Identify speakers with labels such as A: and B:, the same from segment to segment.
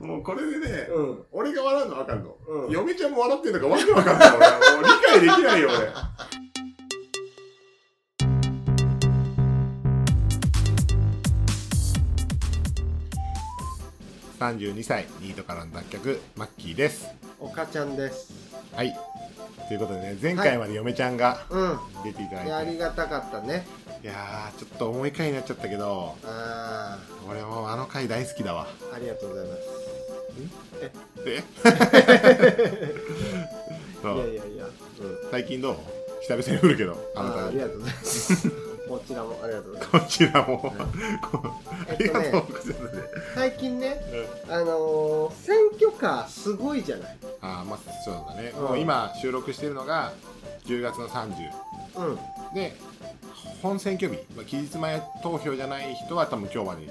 A: もうこれでね、
B: うん。
A: 俺が笑うのはあかんの。
B: うん
A: 嫁ちゃんも笑ってんのかわけわかんない。俺もう理解できないよ、俺。32歳ニートからの脱却マッキーです
B: 岡ちゃんです。
A: はいということでね前回まで嫁ちゃんが
B: うん。
A: 出ていただい
B: い
A: て、
B: や、あ
A: い、
B: りがたかったね。
A: やーちょっと重い回になっちゃったけど
B: あ
A: 俺もあの回大好きだわ
B: あ、ありがとうございます。
A: でそ
B: いや
A: う
B: いやいや。うん。
A: 最近どう久々に降るけどあ
B: あ
A: な
B: ー
A: た
B: あ
A: に
B: りがとうございます。こちらもありがとうございます。
A: こちらも、 こう
B: え
A: あ
B: っとね
A: りがとうございます、
B: 最近ね、あのー、選挙カーすごいじゃない。
A: ああまあそうだね、
B: うん
A: もう今収録してるのが10月の30
B: うん。
A: で本選挙日、まあ、期日前投票じゃない人は多分今日までに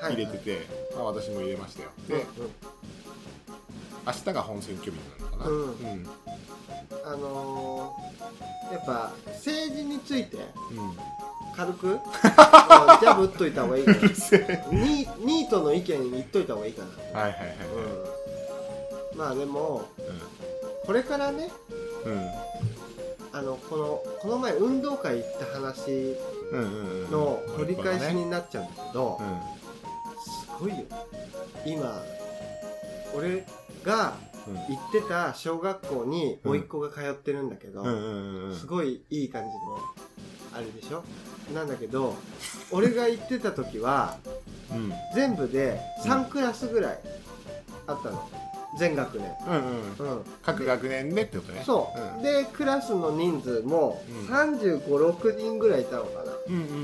A: 入れてて、まあ、私も入れましたよで、
B: うんうん
A: 明日が本選挙日なのかな、
B: うん
A: うん
B: あのー、やっぱ政治について
A: うん
B: 軽く、うん、ジャブ打っといた方がいいかな
A: うるせえ
B: ニニートの意見に言っといた方がいいかな、
A: はいはいはいはい
B: うん、まあでもこれからね
A: うん
B: あのこのこの前運動会行った話
A: うんうんうんうん
B: の繰り返し
A: ね
B: になっちゃうんだけど、すごいよ今俺が
A: うん
B: 行ってた小学校に甥っ子が通ってるんだけど、
A: うんうんうんうん
B: すごいいい感じのあれでしょなんだけど俺が行ってた時は
A: うん
B: 全部で3クラスぐらいあったの全学年
A: うんうん
B: うん
A: 各学年でってことね
B: そう、
A: うん
B: でクラスの人数も
A: うん
B: 3 5 6人ぐらいいたのかな、
A: うんうんうんうん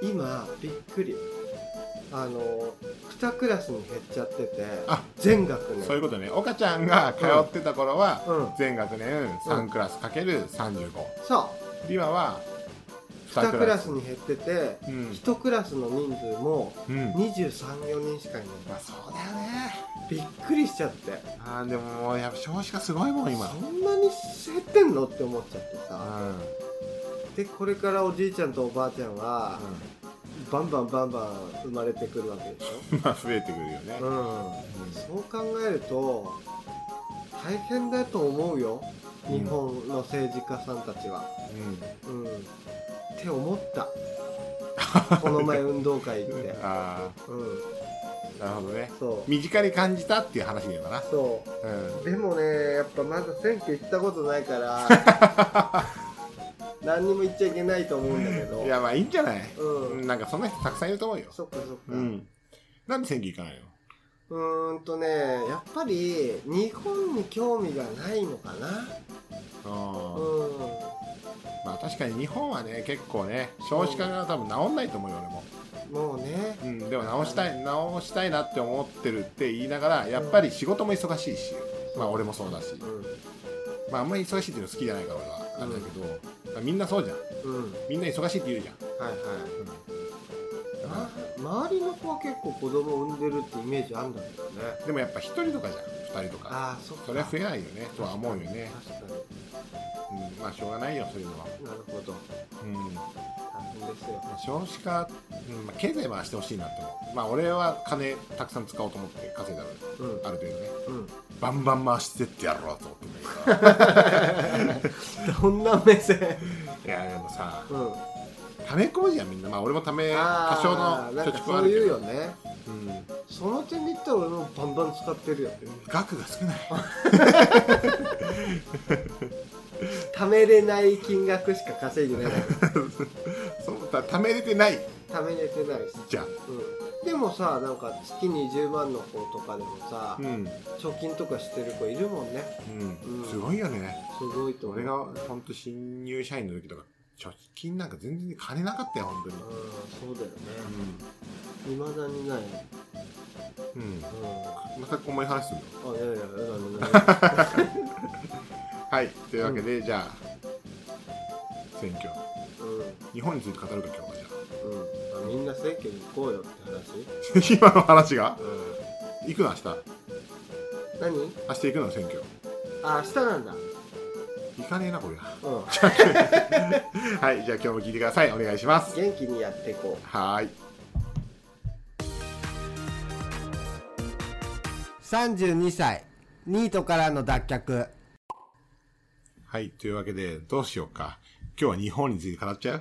B: うん、今びっくりあの2クラスに減っちゃってて
A: あ
B: 全学年
A: そういうことね岡ちゃんが通ってた頃は、
B: うん
A: 全学年3クラスかける35
B: そ
A: 今は
B: う2クラスに減ってて
A: うん、
B: 1クラスの人数も
A: うん、
B: 234人しかいない
A: まあそうだよね
B: びっくりしちゃって
A: あーでももうやっぱ少子化すごいもん今
B: そんなに減ってんのって思っちゃって
A: う
B: さ
A: ん、うん、
B: でこれからおじいちゃんとおばあちゃんはバンバンバンバン生まれてくるわけでし
A: まあ増えてくるよね
B: ょ、うん、そう考えると大変だと思うよ日本の政治家さんたちは、
A: うん
B: うん、って思った この前運動会行って
A: あ
B: うん
A: あなるほどね
B: そう
A: 身近に感じたっていう話だよな
B: そう
A: うん
B: でもねやっぱまだ選挙行ったことないから 何にも言っちゃいけないと思うんだけど
A: いやまあいいんじゃない、
B: うん、
A: うん、なんかそんな人たくさんいると思うよ
B: そっかそっか
A: う、んなんで選挙行かないの
B: うーんとねやっぱり日本に興味がないのかな
A: あ
B: う
A: ー
B: ん
A: まあ確かに日本はね結構ね少子化が多分治んないと思うよ俺も、
B: もうね
A: うん、でも直したい直したいなって思ってるって言いながらやっぱり仕事も忙しいし、まあ俺もそうだし
B: う、ん
A: まああんまり忙しいっていうの好きじゃないから俺はあれだけど、まあみんなそうじゃん
B: うん
A: みんな忙しいって言うじゃん、
B: はいはい
A: だか
B: ま周りの子は結構子供産んでるってイメージあるんだけどね
A: らでもやっぱ一人とかじゃん二人とか
B: ああそっか
A: それは増えないよねとは思うよね、
B: 確か
A: うん、まあしょうがないよそういうのは、
B: になるほど
A: うん
B: 大変ですよ
A: まあ少子化、うんまあ、経済回してほしいなって思うまあ俺は金たくさん使おうと思って稼いだの
B: うん
A: ある程度ね
B: うん
A: バンバン回してってやろうと思ってんだけど
B: どんな目線
A: いやでもさ
B: うん
A: ため込むじゃんみんなまあ俺もため多
B: あ
A: 少
B: ー
A: の貯
B: なんか
A: 蓄は
B: そ
A: あ
B: う
A: るけ
B: 言う
A: ど
B: よね
A: うん
B: その点で言ったら俺もバンバン使ってるよ
A: 額が少ない
B: 貯めれない金額しか稼いで ない
A: そうだ貯めれてない
B: 貯めれてないし、
A: じゃん
B: うん、でもさなんか月20万の子とかでもさ、
A: ん、
B: 貯金とかしてる子いるもんね
A: うん
B: うん
A: すごいよね
B: すごいと思う
A: 俺が
B: うん
A: 本当新入社員の時とか貯金なんか全然金なかったよ本当に
B: そうだよねいまだにない、う
A: うん、うん、
B: ん、あ
A: また重い話するよ
B: いやいやいやだね
A: はいというわけで、じゃあ選挙
B: うん、
A: 日本について語るか今日は
B: うんまあ、みんな選挙に行こうよって話、
A: じゃあ 今の話が
B: う
A: 行くの明日
B: ん、何
A: 明日行くの選挙
B: あ明日なんだ
A: 行かねえなこれは
B: うん
A: はいじゃあ今日も聞いてくださいお願いします
B: 元気にやっていこう
A: はーい
B: 32歳ニートからの脱却
A: はい、というわけで、どうしようか。今日は日本について語っちゃ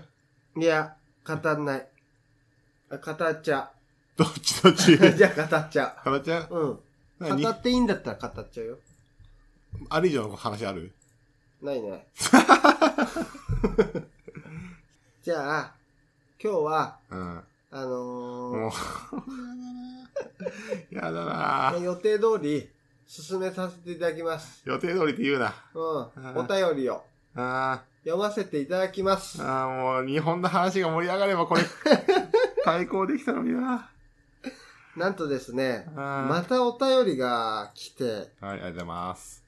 A: う
B: いや語んないあ語っちゃ
A: どっちどっ ち
B: うじゃあ語っちゃ
A: 語っちゃう
B: ううん
A: 何
B: 語っていいんだったら語っちゃうよ
A: あれ以上の話ある
B: ないねじゃあ今日は
A: うん。
B: あのー
A: もうやだなぁ。
B: 予定通り進めさせていただきます。
A: 予定通りって言うな。
B: うん。
A: ん
B: お便りを
A: あ
B: 読ませていただきます
A: ー。あー、もう日本の話が盛り上がれば これ、対抗できたのにな
B: なんとですね、ま
A: あ
B: たお便りが来て、
A: ーはい、ありがとうございます。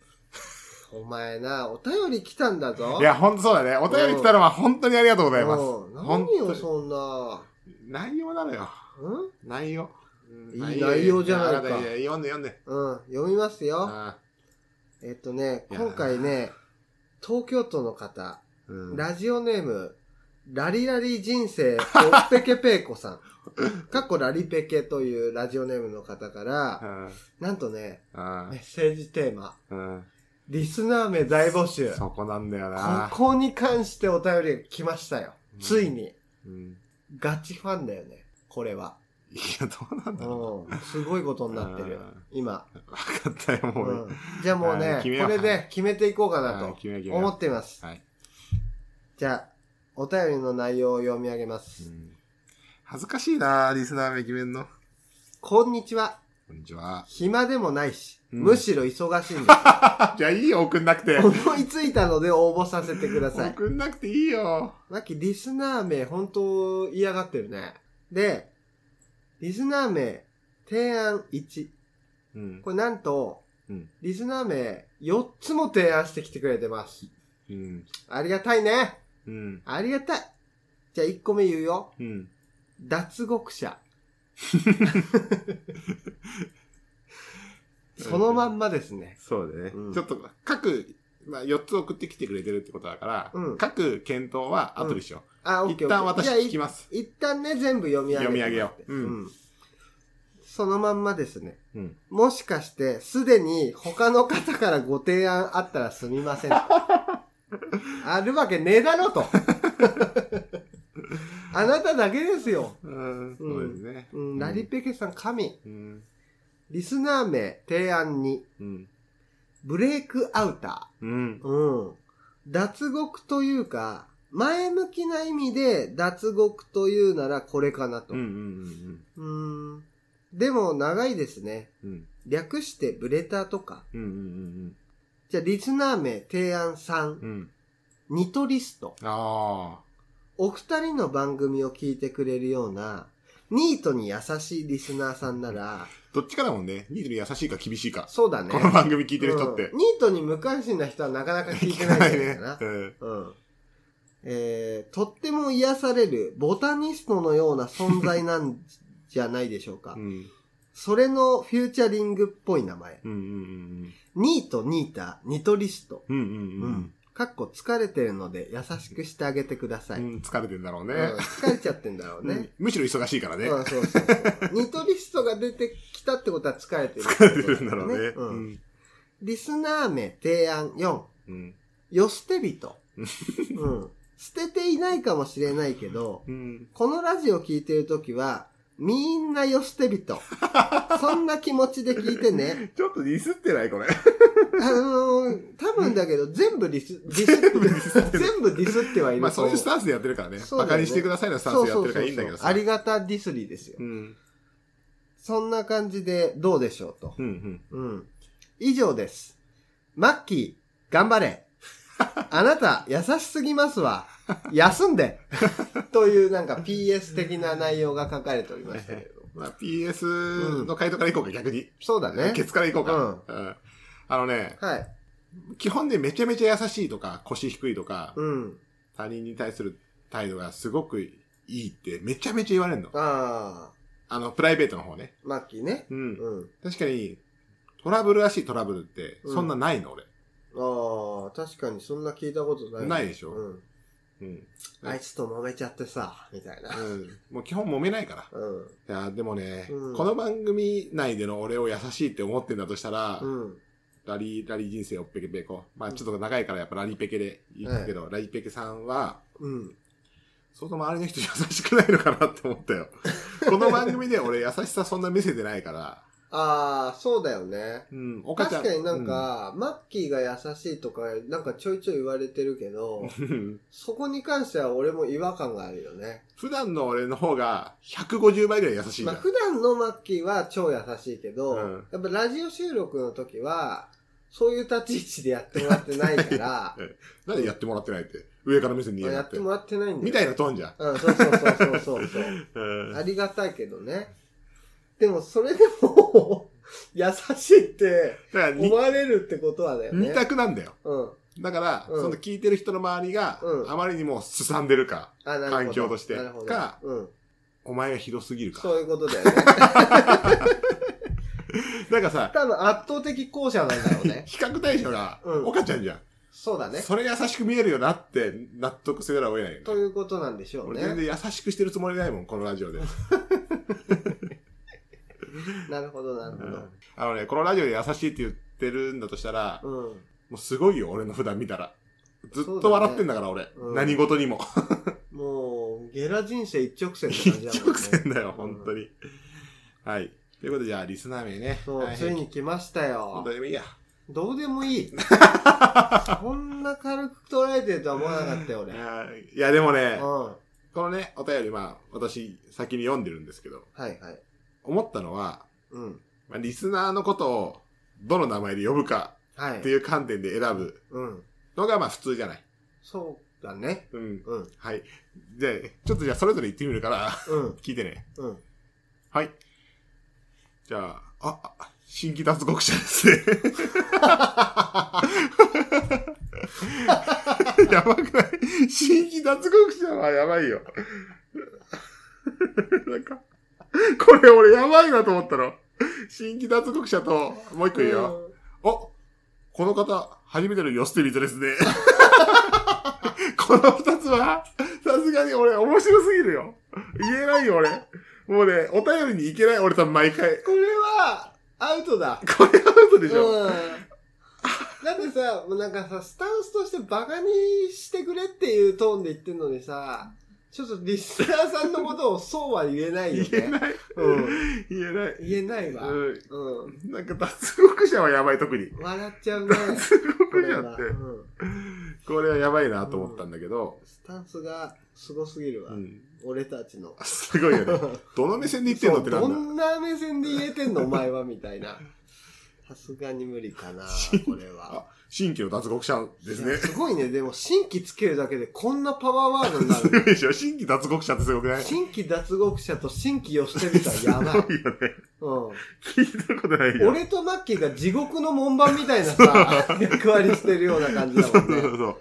B: お前な、お便り来たんだぞ。
A: いや、ほんとそうだね。お便り来たのは本当にありがとうございます。
B: うん
A: 本
B: 何
A: 当
B: よ、
A: に
B: そんな。
A: 内容なのよ。
B: うん
A: 内容。
B: いい内容じゃないか
A: やや読んで読んで。
B: うん、読みますよ。
A: あ
B: えっとね、
A: いや
B: 今回ね、東京都の方、
A: ーうん
B: ラジオネーム、ラリラリ人生、ポッペケペーコ さん。かっこラリペケというラジオネームの方から、
A: うん
B: なんとね、
A: うん
B: メッセージテーマ、
A: うん
B: リスナー名大募集。こ
A: そこなんだよな。
B: こに関してお便りが来ましたよ。
A: うん
B: ついに。
A: うん
B: ガチファンだよね。これは。
A: いや、どうなんだろ
B: うん。すごいことになってる
A: うん。
B: 今。
A: う。分かったよ、
B: う
A: もう。
B: ん。じゃあもう
A: あー
B: ね、こ
A: 決めよう
B: れで決めていこうかな
A: あー
B: と
A: 決めよう決めよう
B: 思っています。
A: はい、
B: じゃあ、お便りの内容を読み上げま
A: う
B: す。
A: ん恥ずかしいな、リスナー名決めんの。
B: こんにちは。
A: こんにちは。
B: 暇でもないし、
A: うん
B: むしろ忙しいん です。
A: あ、じゃあいいよ、 送んなくて。
B: 思いついたので応募させてください。
A: 送んなくていいよ。
B: マキ、リスナー名、本当嫌がってるね。で、リスナー名、提案1。
A: うん。
B: これなんと、
A: うん
B: リスナー名、4つも提案してきてくれてます。
A: うん。
B: ありがたいね。
A: うん。
B: ありがたい。じゃあ1個目言うよ。
A: うん。
B: 脱獄 者。そのまんまですね。
A: そうだね。
B: うん
A: ちょっと、各、まあ、4つ送ってきてくれてるってことだから、
B: うん
A: 各検討は後でしょ。
B: あ、オッケ
A: 一
B: ー
A: 旦
B: オッケー
A: 私
B: じゃあ
A: 聞きます。
B: 一旦ね、全部読み上げてもらっ
A: 読み上
B: て
A: げよううん
B: ん。そのまんまですね。
A: うん。
B: もしかして、すでに他の方からご提案あったらすみま せん。あるわけねえだろと。あなただけですよ。
A: うん。そうですね。
B: うん、ラリペケさん、神。
A: うん。
B: リスナー名、提案に、
A: うん。
B: ブレイクアウタ
A: うん
B: ー。。うん。脱獄というか、前向きな意味で脱獄というならこれかなと。
A: うん。うん。
B: うん。でも長いですね。
A: うん。うん。
B: 略してブレタとか。
A: うん。うん。
B: じゃあ、リスナー名提案3
A: う、ん。
B: ニトリスト。
A: ああ。
B: お二人の番組を聞いてくれるような、ニートに優しいリスナーさんなら、
A: どっちかだもんね。ニートに優しいか厳しいか。
B: そうだね。
A: この番組聞いてる人って
B: うん。ニートに無関心な人はなかなか聞いて
A: 聞
B: な
A: か
B: い
A: な
B: んじ
A: い
B: ゃな
A: ね
B: いか な。。
A: うん。
B: うん。えー、とっても癒されるボタニストのような存在なんじゃないでしょうか。
A: うん。
B: それのフューチャリングっぽい名前。
A: うん。うん。
B: ニート、ニータ、ニトリスト。
A: うん。うん。うん。
B: かっこ疲れてるので優しくしてあげてください。
A: うん。疲れてんだろう
B: うん
A: ね。
B: 疲れちゃってんだろうね。
A: むしろ忙しいから
B: う
A: ね。
B: ん、そ うそうそう。ニトリストが出てきたってことは疲れてる、
A: 疲れてるんだろうね。
B: う。
A: うんん。
B: リスナー名提案4。
A: うん。
B: よ捨 て人。うん。捨てていないかもしれないけど、
A: うん。
B: このラジオ聞いてるときは、みんなよ捨 て人。そんな気持ちで聞いてね。
A: ちょっとディスってないこれ。
B: あのー、多分だけど、全部リ ス、ディスって、全部ディスってはいると思う。
A: まあそういうスタンスでやってるからね。
B: そうだ
A: バ
B: よね
A: カにしてくださいのスタンスでやってるからいいんだけど
B: そうそうそうそう
A: さ。
B: ありがたディスリーですよ。
A: うん。
B: そんな感じでどうでしょうと。
A: うん。うん。
B: うん。以上です。マッキー、頑張れ。 あなた、優しすぎますわ。休んで。 というなんか PS 的な内容が書かれておりましたけど。
A: まあ PS の回答からいこうか、逆に。
B: そうだね。
A: ケツからいこうか。うん。あのね、
B: はい。
A: 基本ね、めちゃめちゃ優しいとか、腰低いとか、
B: うん。
A: 他人に対する態度がすごくいいって、めちゃめちゃ言われるの。
B: ああ、
A: あの、プライベートの方ね。
B: マッキーね。
A: うん。
B: うん。
A: 確かに、トラブルらしいトラブルって、そんなないの、
B: ああ、確かにそんな聞いたことない。
A: 俺。ないでしょ、
B: うん。
A: うん。
B: あいつと揉めちゃってさ、みたいな。
A: うん。もう基本揉めないから。
B: うん。
A: いやーでもね、
B: うん
A: この番組内での俺を優しいって思ってんだとしたら、
B: うん。
A: ラリー、ラリー人生をペケペコ。まあちょっと長いからやっぱラリーペケで言うけど、ラリーペケさんは、
B: うん。
A: 相当周りの人優しくないのかなって思 ったよ。この番組で俺優しさそんな見せてないから。
B: ああ、そうだよね。
A: うん、岡ちゃん。
B: 確かになんか、マッキーが優しいとか、なんかちょいちょい言われてるけど、
A: うん、
B: そこに関しては俺も違和感があるよね。
A: 普段の俺の方が150倍ぐらい優しいじ
B: ま
A: ゃ
B: あ
A: ん。
B: 普段のマッキーは超優しいけど、
A: うん
B: やっぱラジオ収録の時は、そういう立ち位置でやってもらってないから、
A: なんでやってもらって ないって。上から目線に言え
B: や
A: な
B: っ
A: くて
B: て。もらってないんだよ。
A: みたいなトーンじゃん。
B: うん、そうそうそうそうそうそう。
A: うん
B: ありがたいけどね。でもそれでも、優しいって
A: だから
B: 思われるってことはだよね
A: 2。択なんだよ。
B: うん。
A: だから、
B: うん
A: その聞いてる人の周りが、
B: うん
A: あまりにもすさんでるか、
B: あ、なるほど。
A: 環境として
B: なるほど。
A: か
B: うん。
A: お前がひどすぎるか。
B: そういうことだよね。
A: なんかさ、
B: 多分圧倒的後者なんだろ うね。
A: 比較対象が
B: う、ん
A: 岡ちゃんじゃん。
B: そうだね。
A: それ優しく見えるよなって納得せざるを得ないよね。
B: ということなんでしょう
A: 俺
B: ね。
A: 全然優しくしてるつもりないもん、このラジオで。
B: なるほど、なる
A: あのね、このラジオで優しいって言ってるんだとしたら、
B: ほど。うん。
A: もうすごいよ、俺の普段見たら。ずっ
B: そうだ
A: と
B: ね
A: 笑ってんだから、俺。
B: うん
A: 何事にも。
B: もう、ゲラ人生一直線って感
A: 一
B: じだもんね。
A: 直線だよ、本当に。はい。ということで、じゃあ、リスナー名ね。
B: そう、
A: は
B: つい。に来ました
A: ど
B: よ
A: う。でもいいや。
B: どうでも いい。こんな軽く捉えてるとは思わなかったよ、
A: い
B: 俺。うん。
A: やーいや、でもね、
B: は
A: このね、お便り、まあ、私、先に読んでるんですけど、
B: いはい。
A: 思ったのは、
B: うん。
A: まあ、リスナーのことを、どの名前で呼ぶか
B: は
A: って
B: い。
A: いう観点で選ぶ
B: うん。
A: のが、まあ、普通じゃない。
B: そうだね。
A: うん。
B: うん。
A: はい。で、ちょっとじゃあ、それぞれ言ってみるから、
B: うん。
A: 聞いてね。
B: うん。
A: はい。じゃあ、あ、あ新規脱獄者ですね。 やばくない新規脱獄者はやばいよ。 なんか、これ俺やばいなと思ったの。新規脱獄者と、もう一個いいよ。おこの方、初めての寄捨て人ですね。 この二つは、さすがに俺、面白すぎるよ。言えないよ、俺。もうね、お便りに行けない、俺多分毎回。
B: これは、アウトだ。
A: これアウト
B: う
A: で
B: ん
A: しょ、。
B: だってさ、もうなんかさ、スタンスとしてバカにしてくれっていうトーンで言ってんのにさ、ちょっとリスナーさんのことをそうは言えないよね。
A: 言えない。
B: うん。
A: 言えない。
B: 言えないわ。うん。
A: うんなんか脱獄者はやばい、特に。
B: 笑っちゃうね。
A: 脱
B: こ
A: 獄
B: れ
A: 者
B: は
A: って
B: う、ん。
A: これはやばいなと思ったんだけど、
B: スタンスがすごすぎるわ。
A: うん
B: 俺たちの。
A: すごいよね。どの目線で言ってんのってな
B: そうん
A: だ
B: どんな目線で言えてんのお前はみたいな。さすがに無理かな、これは
A: あ。新規の脱獄者です
B: いや
A: ね。
B: すごいね。でも、新規つけるだけでこんなパワーワードにな
A: すご
B: る。
A: いでしょ新規脱獄者ってすごくない
B: 新規脱獄者と新規寄捨てる人は やばい。
A: いいよね。
B: う
A: 聞いたことない
B: ん。
A: よ。
B: 俺とマッキーが地獄の門番みたいな さ、役割してるような感じだもん
A: そうそ
B: ね。
A: うそう。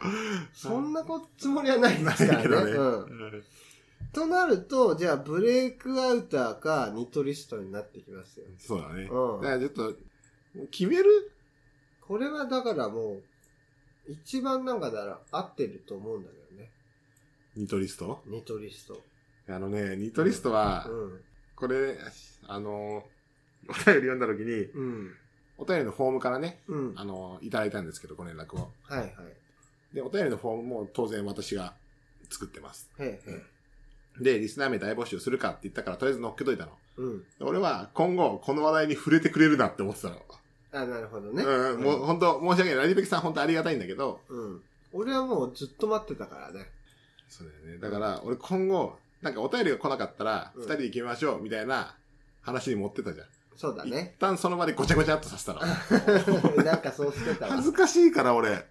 B: そんなこつもりはないで
A: ない
B: すからね。
A: けどね。
B: うん。となると、じゃあ、ブレイクアウターか、ニトリストになってきますよ。
A: そうだね。
B: うん
A: だからちょっと、決める
B: これはだからもう、一番なんかだら合ってると思うんだけどね。
A: ニトリスト
B: ニトリスト。
A: あのね、ニトリストは、
B: うん。
A: これ、あの、お便り読んだ時に、
B: うん。
A: お便りのフォームからね、
B: うん。
A: あの、いただいたんですけど、ご連絡を。
B: はいはい。
A: で、お便りのフォームも当然私が作ってます。
B: へいへい。
A: で、リスナー名大募集するかって言ったから、とりあえず乗っけといたの。
B: うん。
A: で俺は、今後、この話題に触れてくれるなって思ってたの。
B: あ、なるほどね。
A: うん、もう本当、申し訳ない。ラリペキさん本当ありがたいんだけど、
B: うん。俺はもうずっと待ってたからね。
A: そうだよね。だから、俺今後、なんかお便りが来なかったら、
B: うん
A: 二人で決めましょう、みたいな話に持ってたじゃん。
B: そうだね。
A: 一旦その場でごちゃごちゃっとさせたの。
B: なんかそうしてたわ
A: 恥。ずかしいから、俺。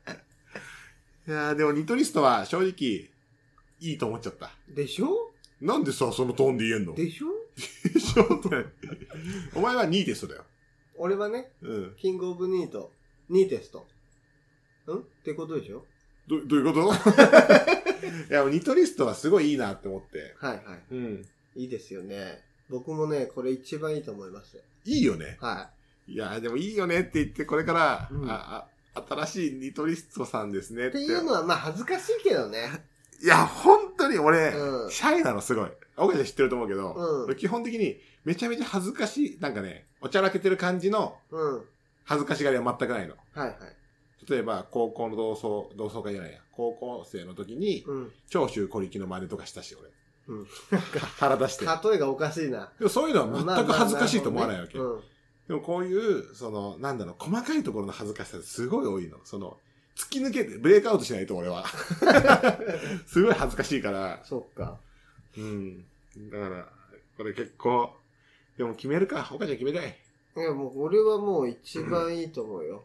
A: いやーでもニトリストは正直、いいと思っちゃった。
B: でしょ
A: なんでさ、そのトーンで言えんの
B: でしょ
A: でしょって お前は2テストだよ。
B: 俺はね、
A: うん。
B: キングオブニート、ニーテスト。んってことでしょ
A: ど、どういうこと いや、ニトリストはすごいいいなって思って。
B: はいはい。
A: うん。
B: いいですよね。僕もね、これ一番いいと思います。
A: いいよね。
B: はい
A: やーでもいいよねって言って、これから、
B: うん
A: あ、あ、新しいニトリストさんですねっ
B: い。って
A: て。
B: いうのは、まあ恥ずかしいけどね。
A: いや、本当に俺、
B: うん
A: シャイなのすごい。岡ちゃん知ってると思うけど、
B: うん
A: 俺基本的にめちゃめちゃ恥ずかしい、なんかね、おちゃらけてる感じの
B: うん。はい
A: 恥ずかしがりは全くないの。
B: はい。
A: 例えば、高校の同窓、同窓会じゃないや。高校生の時に、
B: うん。
A: 長州小力の真似とかしたし、俺。
B: うん
A: 腹出して。
B: 例えがおかしいな。
A: でもそういうのは全く恥ずかしいと思わないわけ。
B: まあまあまあ
A: でもこういう、その、なんだろう、細かいところの恥ずかしさってすごい多いの。その、突き抜けて、ブレイクアウトしないと俺は。すごい恥ずかしいから
B: うん。。そっか。
A: うん。だから、これ結構、でも決めるか。岡ちゃん決めたい。
B: いや、もう俺はもう一番いいと思うよ。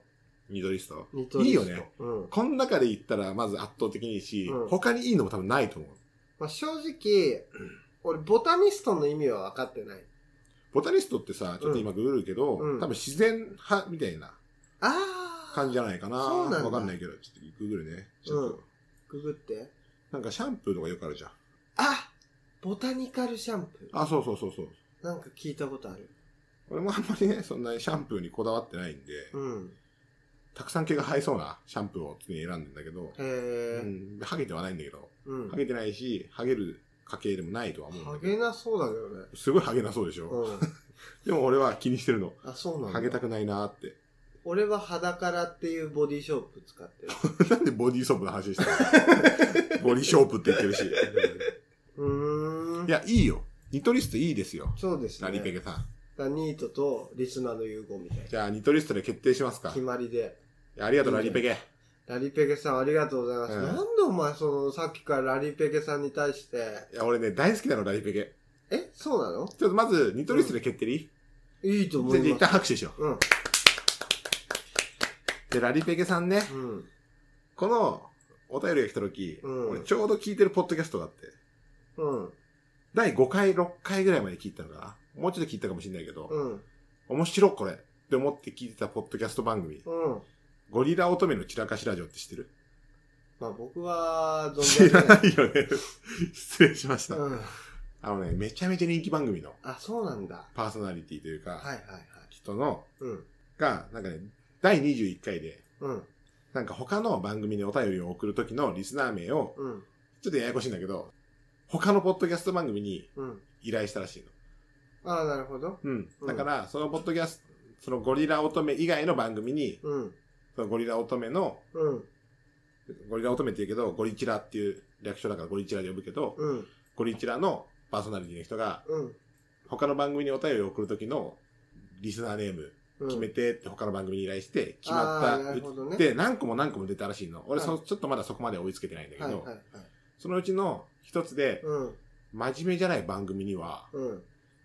A: ミドリスト。
B: ニトリスト
A: いいよね。
B: うん。
A: この中で言ったら、まず圧倒的にいいし、
B: うん
A: 他にいいのも多分ないと思う。
B: まあ、正直、俺、ボタニストの意味は分かってない。
A: ボタニストってさ、ちょっと今ググるけど、
B: うん
A: 多分自然派みたいな
B: あ
A: 感じじゃないかな。
B: そうなんだ
A: わかんないけど、ちょっとググるね。ちょっと、
B: ググって。
A: なんかシャンプーとかよくあるじゃん。
B: あボタニカルシャンプ
A: あ、そうそうそうそう。
B: ー。なんか聞いたことある。
A: 俺もあんまりね、そんなにシャンプーにこだわってないんで、
B: うん。た
A: たくさん毛が生えそうなシャンプーを常に選んでんだけど、う
B: へえ。
A: ん、ハゲてはないんだけど、
B: うん。
A: ハゲてないし、ハゲる家系でもないとは思うん
B: ハ
A: だけ
B: ゲ
A: ど、
B: なそうだけどね。
A: すごいハゲなそうでしょ、
B: うん。
A: でも俺は気にしてるの。
B: あ、そうなんだ。
A: ハゲたくないなーって。
B: 俺は裸からっていうボディショープ使ってる。
A: なんでボディーソープの話したのボディショープって言ってるし。
B: うーん。
A: いや、いいよ。ニトリストいいですよ。
B: そうです
A: ラ
B: ね。
A: リペケさん。
B: だニートとリスナーの融合みたい
A: じゃあ、ニトリストで決定します
B: な。
A: か
B: 決。まりで。
A: いやありがとう、ラリペケ。
B: ラリペケさんありがとうございます。
A: うん
B: なんでお前そのさっきからラリペケさんに対して、
A: いや、俺ね、大好きなの、ラリペケ。
B: えそうなの
A: ちょっとまず、ニトリストで決定でいい、
B: いいと思
A: 全然
B: い
A: 一
B: ます。
A: 旦拍手しよう。
B: うん。
A: で、ラリペケさんね、
B: うん。
A: このお便りが来た時、
B: うん
A: 俺ちょうど聞いてるポッドキャストがあって、
B: うん。
A: 第5回、6回ぐらいまで聞いたのかなもうちょっと聞いたかもしれないけど、
B: うん。
A: 面白いこれって思って聞いてたポッドキャスト番組、
B: うん。
A: ゴリラ乙女の散らかしラジオって知ってる
B: まあ僕は、存
A: 知
B: じ上
A: ら
B: げな。
A: ないいよね。失礼しました、
B: うん。
A: あのね、めちゃめちゃ人気番組の
B: あ、そうなんだ。
A: パーソナリティというか、
B: はいはいはい。
A: 人の、
B: うん。
A: が、なんかね、第21回で、
B: うん。
A: なんか他の番組にお便りを送る時のリスナー名を、
B: うん。
A: ちょっとややこしいんだけど、他のポッドキャスト番組に
B: うん。
A: 依頼したらしいの。
B: ああ、なるほど。
A: うん。
B: うん
A: だから、そのポッドキャスト、そのゴリラ乙女以外の番組に、
B: うん。
A: そのゴリラ乙女の、
B: うん。
A: ゴリラ乙女って言うけど、ゴリチラっていう略称だからゴリチラで呼ぶけど、
B: うん。
A: ゴリチラのパーソナリティの人が、
B: うん。
A: 他の番組にお便りを送る時のリスナーネーム
B: うん。
A: 決めてって他の番組に依頼して、決
B: あ
A: ま
B: ーな
A: っ
B: るほど
A: た。
B: ね。
A: で、何個も何個も出たらしいの。俺、
B: はい
A: そのちょっとまだそこまで追いつけてないんだけ
B: はいは
A: ど
B: いは、い。
A: そのうちの一つで、
B: うん。
A: 真面目じゃない番組には、
B: うん。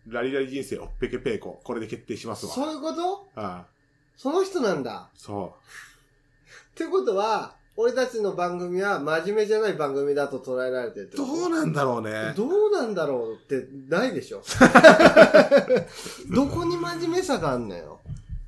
A: ラリラリ人生おっぺけぺーこ、これで決定しますわ。
B: そういうこと
A: ああ、
B: その人なんだ。
A: そう。
B: ってことは、俺たちの番組は真面目じゃない番組だと捉えられてるってこ
A: ど
B: と
A: うなんだろうね。
B: どうなんだろうってないで しょ。どこに真面目さがあんのよ。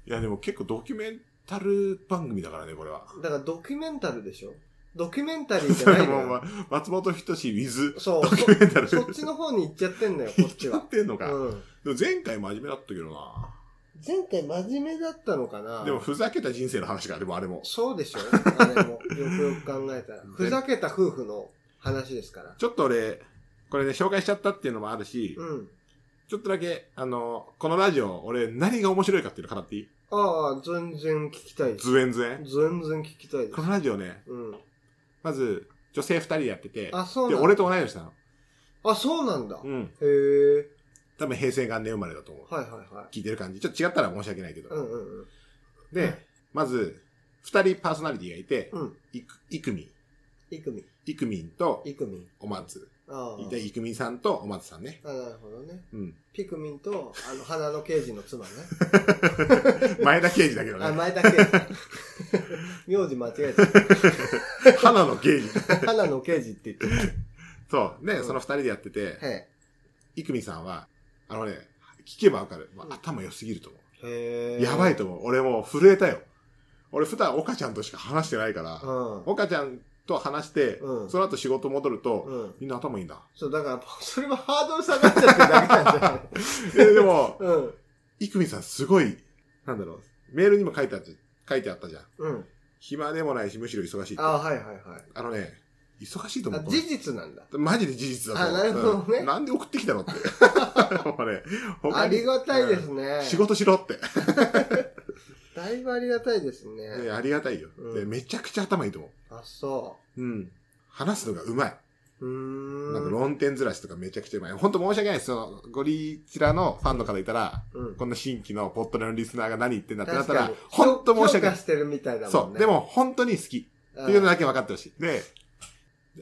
A: いや、でも結構ドキュメンタル番組だからね、これは。
B: だからドキュメンタルでしょ。ドキュメンタリーじ
A: そ
B: ゃな
A: れ
B: いの
A: も、ま
B: よ。
A: あ、松本人志 with
B: そう
A: ドキュメンタル。
B: そっちの方に行っちゃってんのよ、こっち
A: や
B: は
A: っ。てんの
B: う
A: か。
B: ん。
A: でも前回真面目だったけどな。
B: 前回真面目だったのかな
A: でもふざけた人生の話が、でもあれも。
B: そうで しょあれも。よくよく考えたら。ふざけた夫婦の話ですから。
A: ちょっと俺、これね、紹介しちゃったっていうのもあるし、
B: うん。
A: ちょっとだけ、あの、このラジオ、俺何が面白いかっていうの語っていい
B: ああ、全然聞きたいです。
A: ズエンズエン。
B: 全然聞きたいです
A: こ。のラジオね、
B: うん。
A: まず、女性二人でやってて、
B: あ、そう
A: で、
B: なん
A: 俺
B: だ。
A: と同い年なの。
B: あ、そうなんだ。へ
A: うん。
B: え。
A: 多分平成元年生まれだと思う。
B: はいはいはい。
A: 聞いてる感じ。ちょっと違ったら申し訳ないけど。
B: うんうんうん。
A: で、まず、二人パーソナリティがいて、
B: うん。
A: いくいくみん。
B: イクミン。
A: いくみんと、
B: イクミン。
A: お松。
B: ああ。
A: で、いくみんさんとお松さんね。
B: あ、なるほどね。
A: うん。
B: ピクミンと、あの、花の刑事の 妻ね。
A: 前田刑事だけど
B: あ、
A: ね。
B: 前田刑事。 名字間違えた。
A: 花の刑事。
B: 花の刑事って 言って
A: そう。で、
B: うん
A: その二人でやってて
B: た。、へ
A: いくみんさんは、あのね、聞けばわかる。ま
B: うん
A: あ、頭良すぎると思
B: え。
A: う。
B: へえ。
A: やばい。と思う。俺もう震えたよ。俺普段岡ちゃんとしか話してないから
B: う、ん。
A: 岡ちゃんと話して、
B: うん
A: その後仕事戻ると、
B: うん。
A: みんな頭いいんだ。
B: そう、だから、 それはハードル下がっちゃってるだけなんじゃない
A: ででも、
B: うん。
A: いくみんさんすごい、なんだろう、メールにも書いてあった、書いてあったじゃん。
B: うん。
A: 暇でもないし、むしろ忙しいって。
B: あ、
A: あ
B: はいはいはい。
A: のね、忙しいと思
B: あ
A: う。これ
B: 事実なんだ。
A: マジで事実だと思う。
B: あなるほどね
A: うんなんで送ってきた のって。俺、他に
B: ありがたいですね
A: う。ん仕事しろって。
B: だいぶありがたいです
A: で
B: ね。
A: ありがたいよ、
B: うん
A: で。めちゃくちゃ頭いいと思。
B: あ、そう
A: うん。話すのがうまい。
B: う。うーん。
A: なんか論点ずらしとかめちゃくちゃうまい。ほんと申し訳ないです。その、ゴリチラのファンの方いたら、
B: うん
A: こんな新規のポットレのリスナーが何言ってんだってなった
B: 確
A: ら
B: かに、
A: ほんと申し訳な
B: 評
A: い。
B: 価してるみたいだもん
A: そ
B: ね。
A: う。で、も、本当に好き。
B: うん
A: っていうのだけ分かってほしい。で、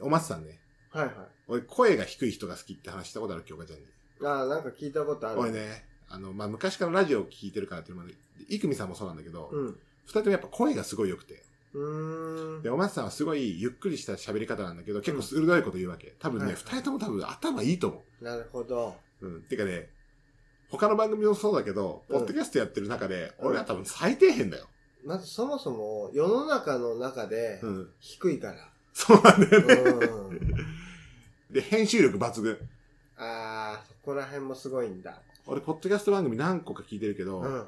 A: お松さんね。
B: はいはい。
A: 俺、声が低い人が好きって話したことある、京香ちゃんに。
B: あなんか聞いたことある。
A: 俺ね、あの、まあ、昔からラジオを聞いてるからっていうのもある、いくみさんもそうなんだけど、
B: うん。
A: 二人ともやっぱ声がすごい良くて。
B: うーん。
A: で、お松さんはすごいゆっくりした喋り方なんだけど、結構鋭いこと言うわけ。多分
B: は
A: ね、
B: い
A: 二、人とも多分頭いいと思
B: なるほど。
A: う。うん。てかね、他の番組もそうだけど、
B: うん
A: ポッドキャストやってる中で、
B: うん
A: 俺は多分最底辺だよ。
B: まずそもそも世の中の中で
A: うん。
B: 低いから。
A: そうなんだよね。
B: うん。
A: で、編集力抜群。
B: あー、そこら辺もすごいんだ。
A: 俺、ポッドキャスト番組何個か聞いてるけど、
B: うん。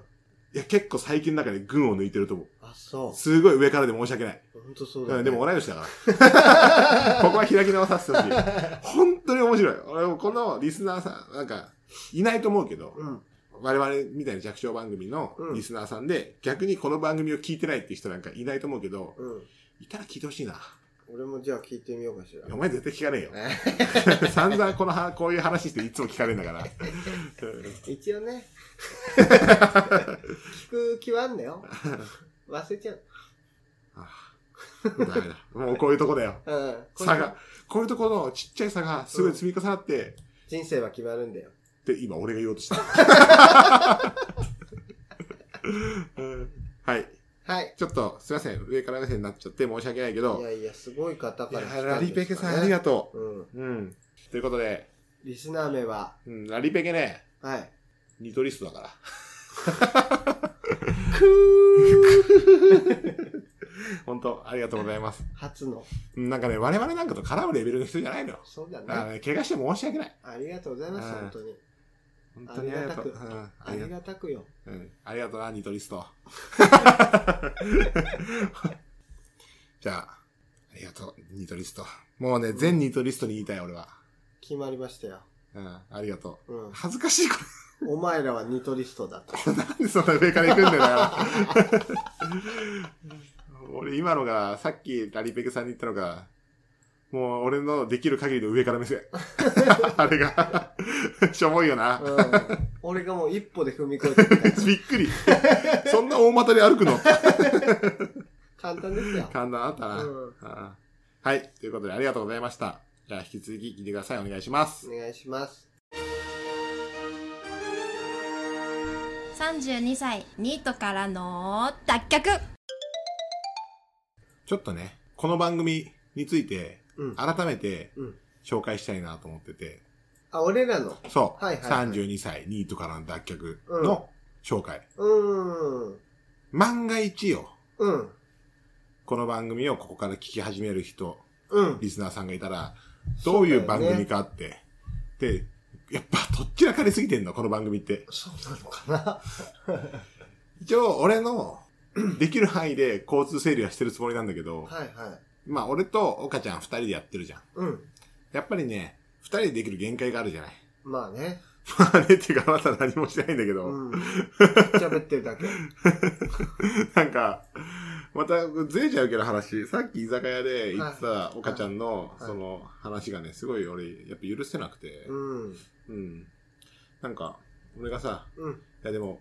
A: いや、結構最近の中で群を抜いてると思う。
B: あ、そ
A: すごい上からで申し訳ない。
B: う。ほんとそうだ、
A: う
B: ね。
A: ん、でも同い年だか ら。ここは開き直させてほしい。本当に面白い。俺もこのリスナーさん、なんか、いないと思うけど、
B: うん。
A: 我々みたいな弱小番組の
B: うん
A: リスナーさんで、逆にこの番組を聞いてないって人なんかいないと思うけど、
B: うん。
A: いたら聞いてほしいな。
B: 俺もじゃあ聞いてみようかしら。
A: お前絶対聞かねえ よ。
B: ね
A: 散々このは、こういう話していつも聞かれるんだから。
B: 一 応ね。聞く気はあんだよ。忘れちゃう。
A: ああダメだ。もうこういうとこだよ。
B: うん。
A: 差が。、こういうところのちっちゃい差がすごい積み重なって、
B: 人生は決まるんだよ。
A: って今俺が言おうと した。 うんはい。
B: はい。
A: ちょっと、すいません。上から目線になっちゃって申し訳ないけ
B: い
A: ど。
B: やいや、すごい方
A: い
B: から
A: や、ラリペケさんあり
B: と
A: がと
B: う。うん。
A: う。うん。ということで、
B: リスナー名は、
A: うん、ラリペケね、
B: はい。
A: ニトリストだ から。 本当ありがとうございます。
B: 初の。
A: うんなんかね、我々なんかと絡むレベルの人じゃないのよ。
B: そうだ
A: だから
B: ね。
A: ね、怪我して申し訳ない。
B: ありがとうございます、
A: うん
B: 本当に。
A: 本当にね
B: ありがたく
A: やっぱうんあ
B: あ
A: り
B: り
A: が
B: がたくよ。
A: うんありがとうな、ニトリス ト。じゃあ、ありがとう、ニトリスト。もうね、全ニトリストに言いたい、俺は。
B: 決まりましたよ。
A: うん、ありがと
B: う
A: う。
B: ん。
A: 恥ずかしいこ
B: お前らはニトリストだと。
A: と。なんでそんな上から行くんだよ。 俺、今のが、さっきラリペケさんに言ったのが、もう俺のできる限りの上から目線。 あれが、 しょぼいよな。
B: うん。 俺がもう一歩で踏み越えてきた。
A: びっくり。そんな大股で歩く の
B: 簡単ですよ。
A: 簡単だった
B: う
A: な。
B: ん。
A: ああはい。ということで、ありがとうございました。じゃあ、引き続き聞いてください。お願いします
B: お。願いします。
C: 32歳ニートからの脱却
A: ちょっとね、この番組について、
B: うん。
A: 改めて
B: うん、
A: 紹介したいなと思ってて、
B: あ、俺らの。
A: そう、
B: はいはいはい
A: 32歳、ニートからの脱却
B: うん
A: の紹介。
B: うーん。
A: 万が一よ、
B: うん。
A: この番組をここから聞き始める人、
B: うん。
A: リスナーさんがいたら、どういう番組かって、で、やっぱ、とっちらかりすぎてんの、この番組って。
B: そうなのかな
A: 一応、俺の、 できる範囲で交通整理はしてるつもりなんだけど、
B: はいはい。
A: まあ、俺と岡ちゃん二人でやってるじゃん。
B: うん。
A: やっぱりね、二人でできる限界があるじゃない。
B: まあね。
A: まあね、っていうか、まだ何もしてないんだけど、
B: うん。喋ってるだけ。
A: なんか、またずれちゃうけど話、さっき居酒屋で言ってた岡ちゃんの、
B: い
A: その話がね、すごい俺、やっぱ許せなくて、
B: うん。
A: うん。なんか、俺がさ、
B: うん。
A: いやでも、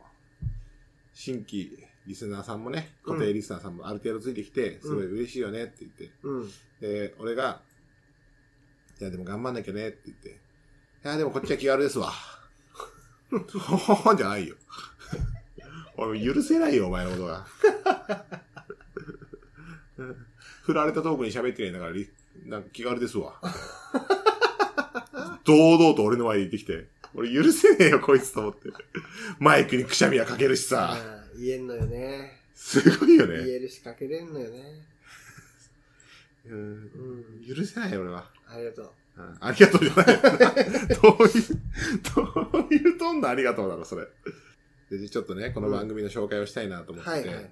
A: 新規リスナーさんもね、
B: うん
A: 固定リスナーさんもある程度ついてきて、すごい嬉しいよねって言って、
B: うん。
A: で、俺が、いや、でも頑張んなきゃねって言って、いや、でもこっちは気軽ですわ。 ほほほんじゃないよ。俺許せないよ、お前のことが。 振られたトークに喋ってないんだから、りなんか気軽ですわ。堂々と俺の前で言ってきて、俺許せねえよ、こいつと思って。マイクにくしゃみはかけるし
B: あ
A: さ。
B: あ言えんのよね。
A: すごいよ
B: 言
A: ね。
B: えるしかけれんのよね。
A: うん
B: うん。
A: 許せないよ、俺は。
B: ありがとう。
A: うんありがとうじゃない。どういう、どういうトンのありがとうなの、それ。で、ちょっとね、この番組の紹介をしたいなと思って
B: はい
A: て、
B: はいはい。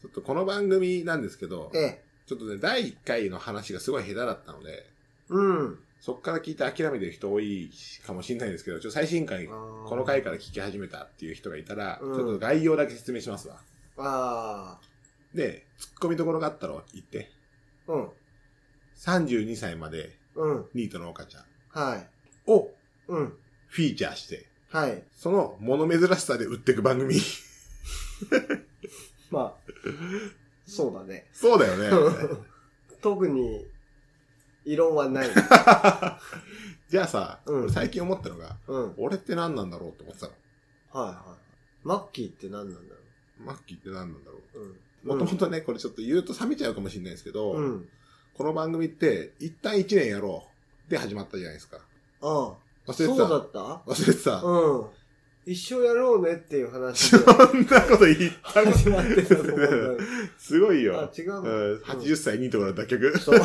A: ちょっとこの番組なんですけど、
B: ええ。
A: ちょっとね、第1回の話がすごい下手だったので、
B: うん。
A: そっから聞いて諦めてる人多いかもしれないですけど、ちょっと最新回、こ
B: こ
A: の回から聞き始めたっていう人がいたら、
B: うん
A: ちょっと概要だけ説明しますわ。
B: あ
A: で、突っ込みどころがあったら言って。
B: あ。うん。
A: 32歳まで
B: うん。
A: ニートの岡ちゃん
B: はい。
A: を
B: うん。
A: フィーチャーして、
B: はい。
A: その物珍しさで売っていく番組。
B: まあ、そうだね。
A: そうだよね。
B: 特に、異論はない。
A: じゃあさ、
B: うん
A: 俺最近思ったのが、
B: うん。はい
A: 俺って何なんだろうと思ってたの。
B: はい。マッキーって何なんだろ
A: マッキーって何なんだろう。
B: う。う
A: も
B: ん。
A: ともとね、これちょっと言うと冷めちゃうかもしれないですけど、
B: うん。
A: この番組って、一旦1年やろう。で始まったじゃないですか。
B: ああ。
A: 忘れ
B: そう
A: て
B: だ
A: た。
B: った
A: 忘れてた。
B: うん。一生やろうねっていう話
A: そ
B: で
A: んなこと言ったこと
B: 始まってたと思うんだ
A: すごい
B: けど。あ
A: よ、。
B: 違う
A: う
B: の
A: ん、80歳にとかの脱却。
B: そう。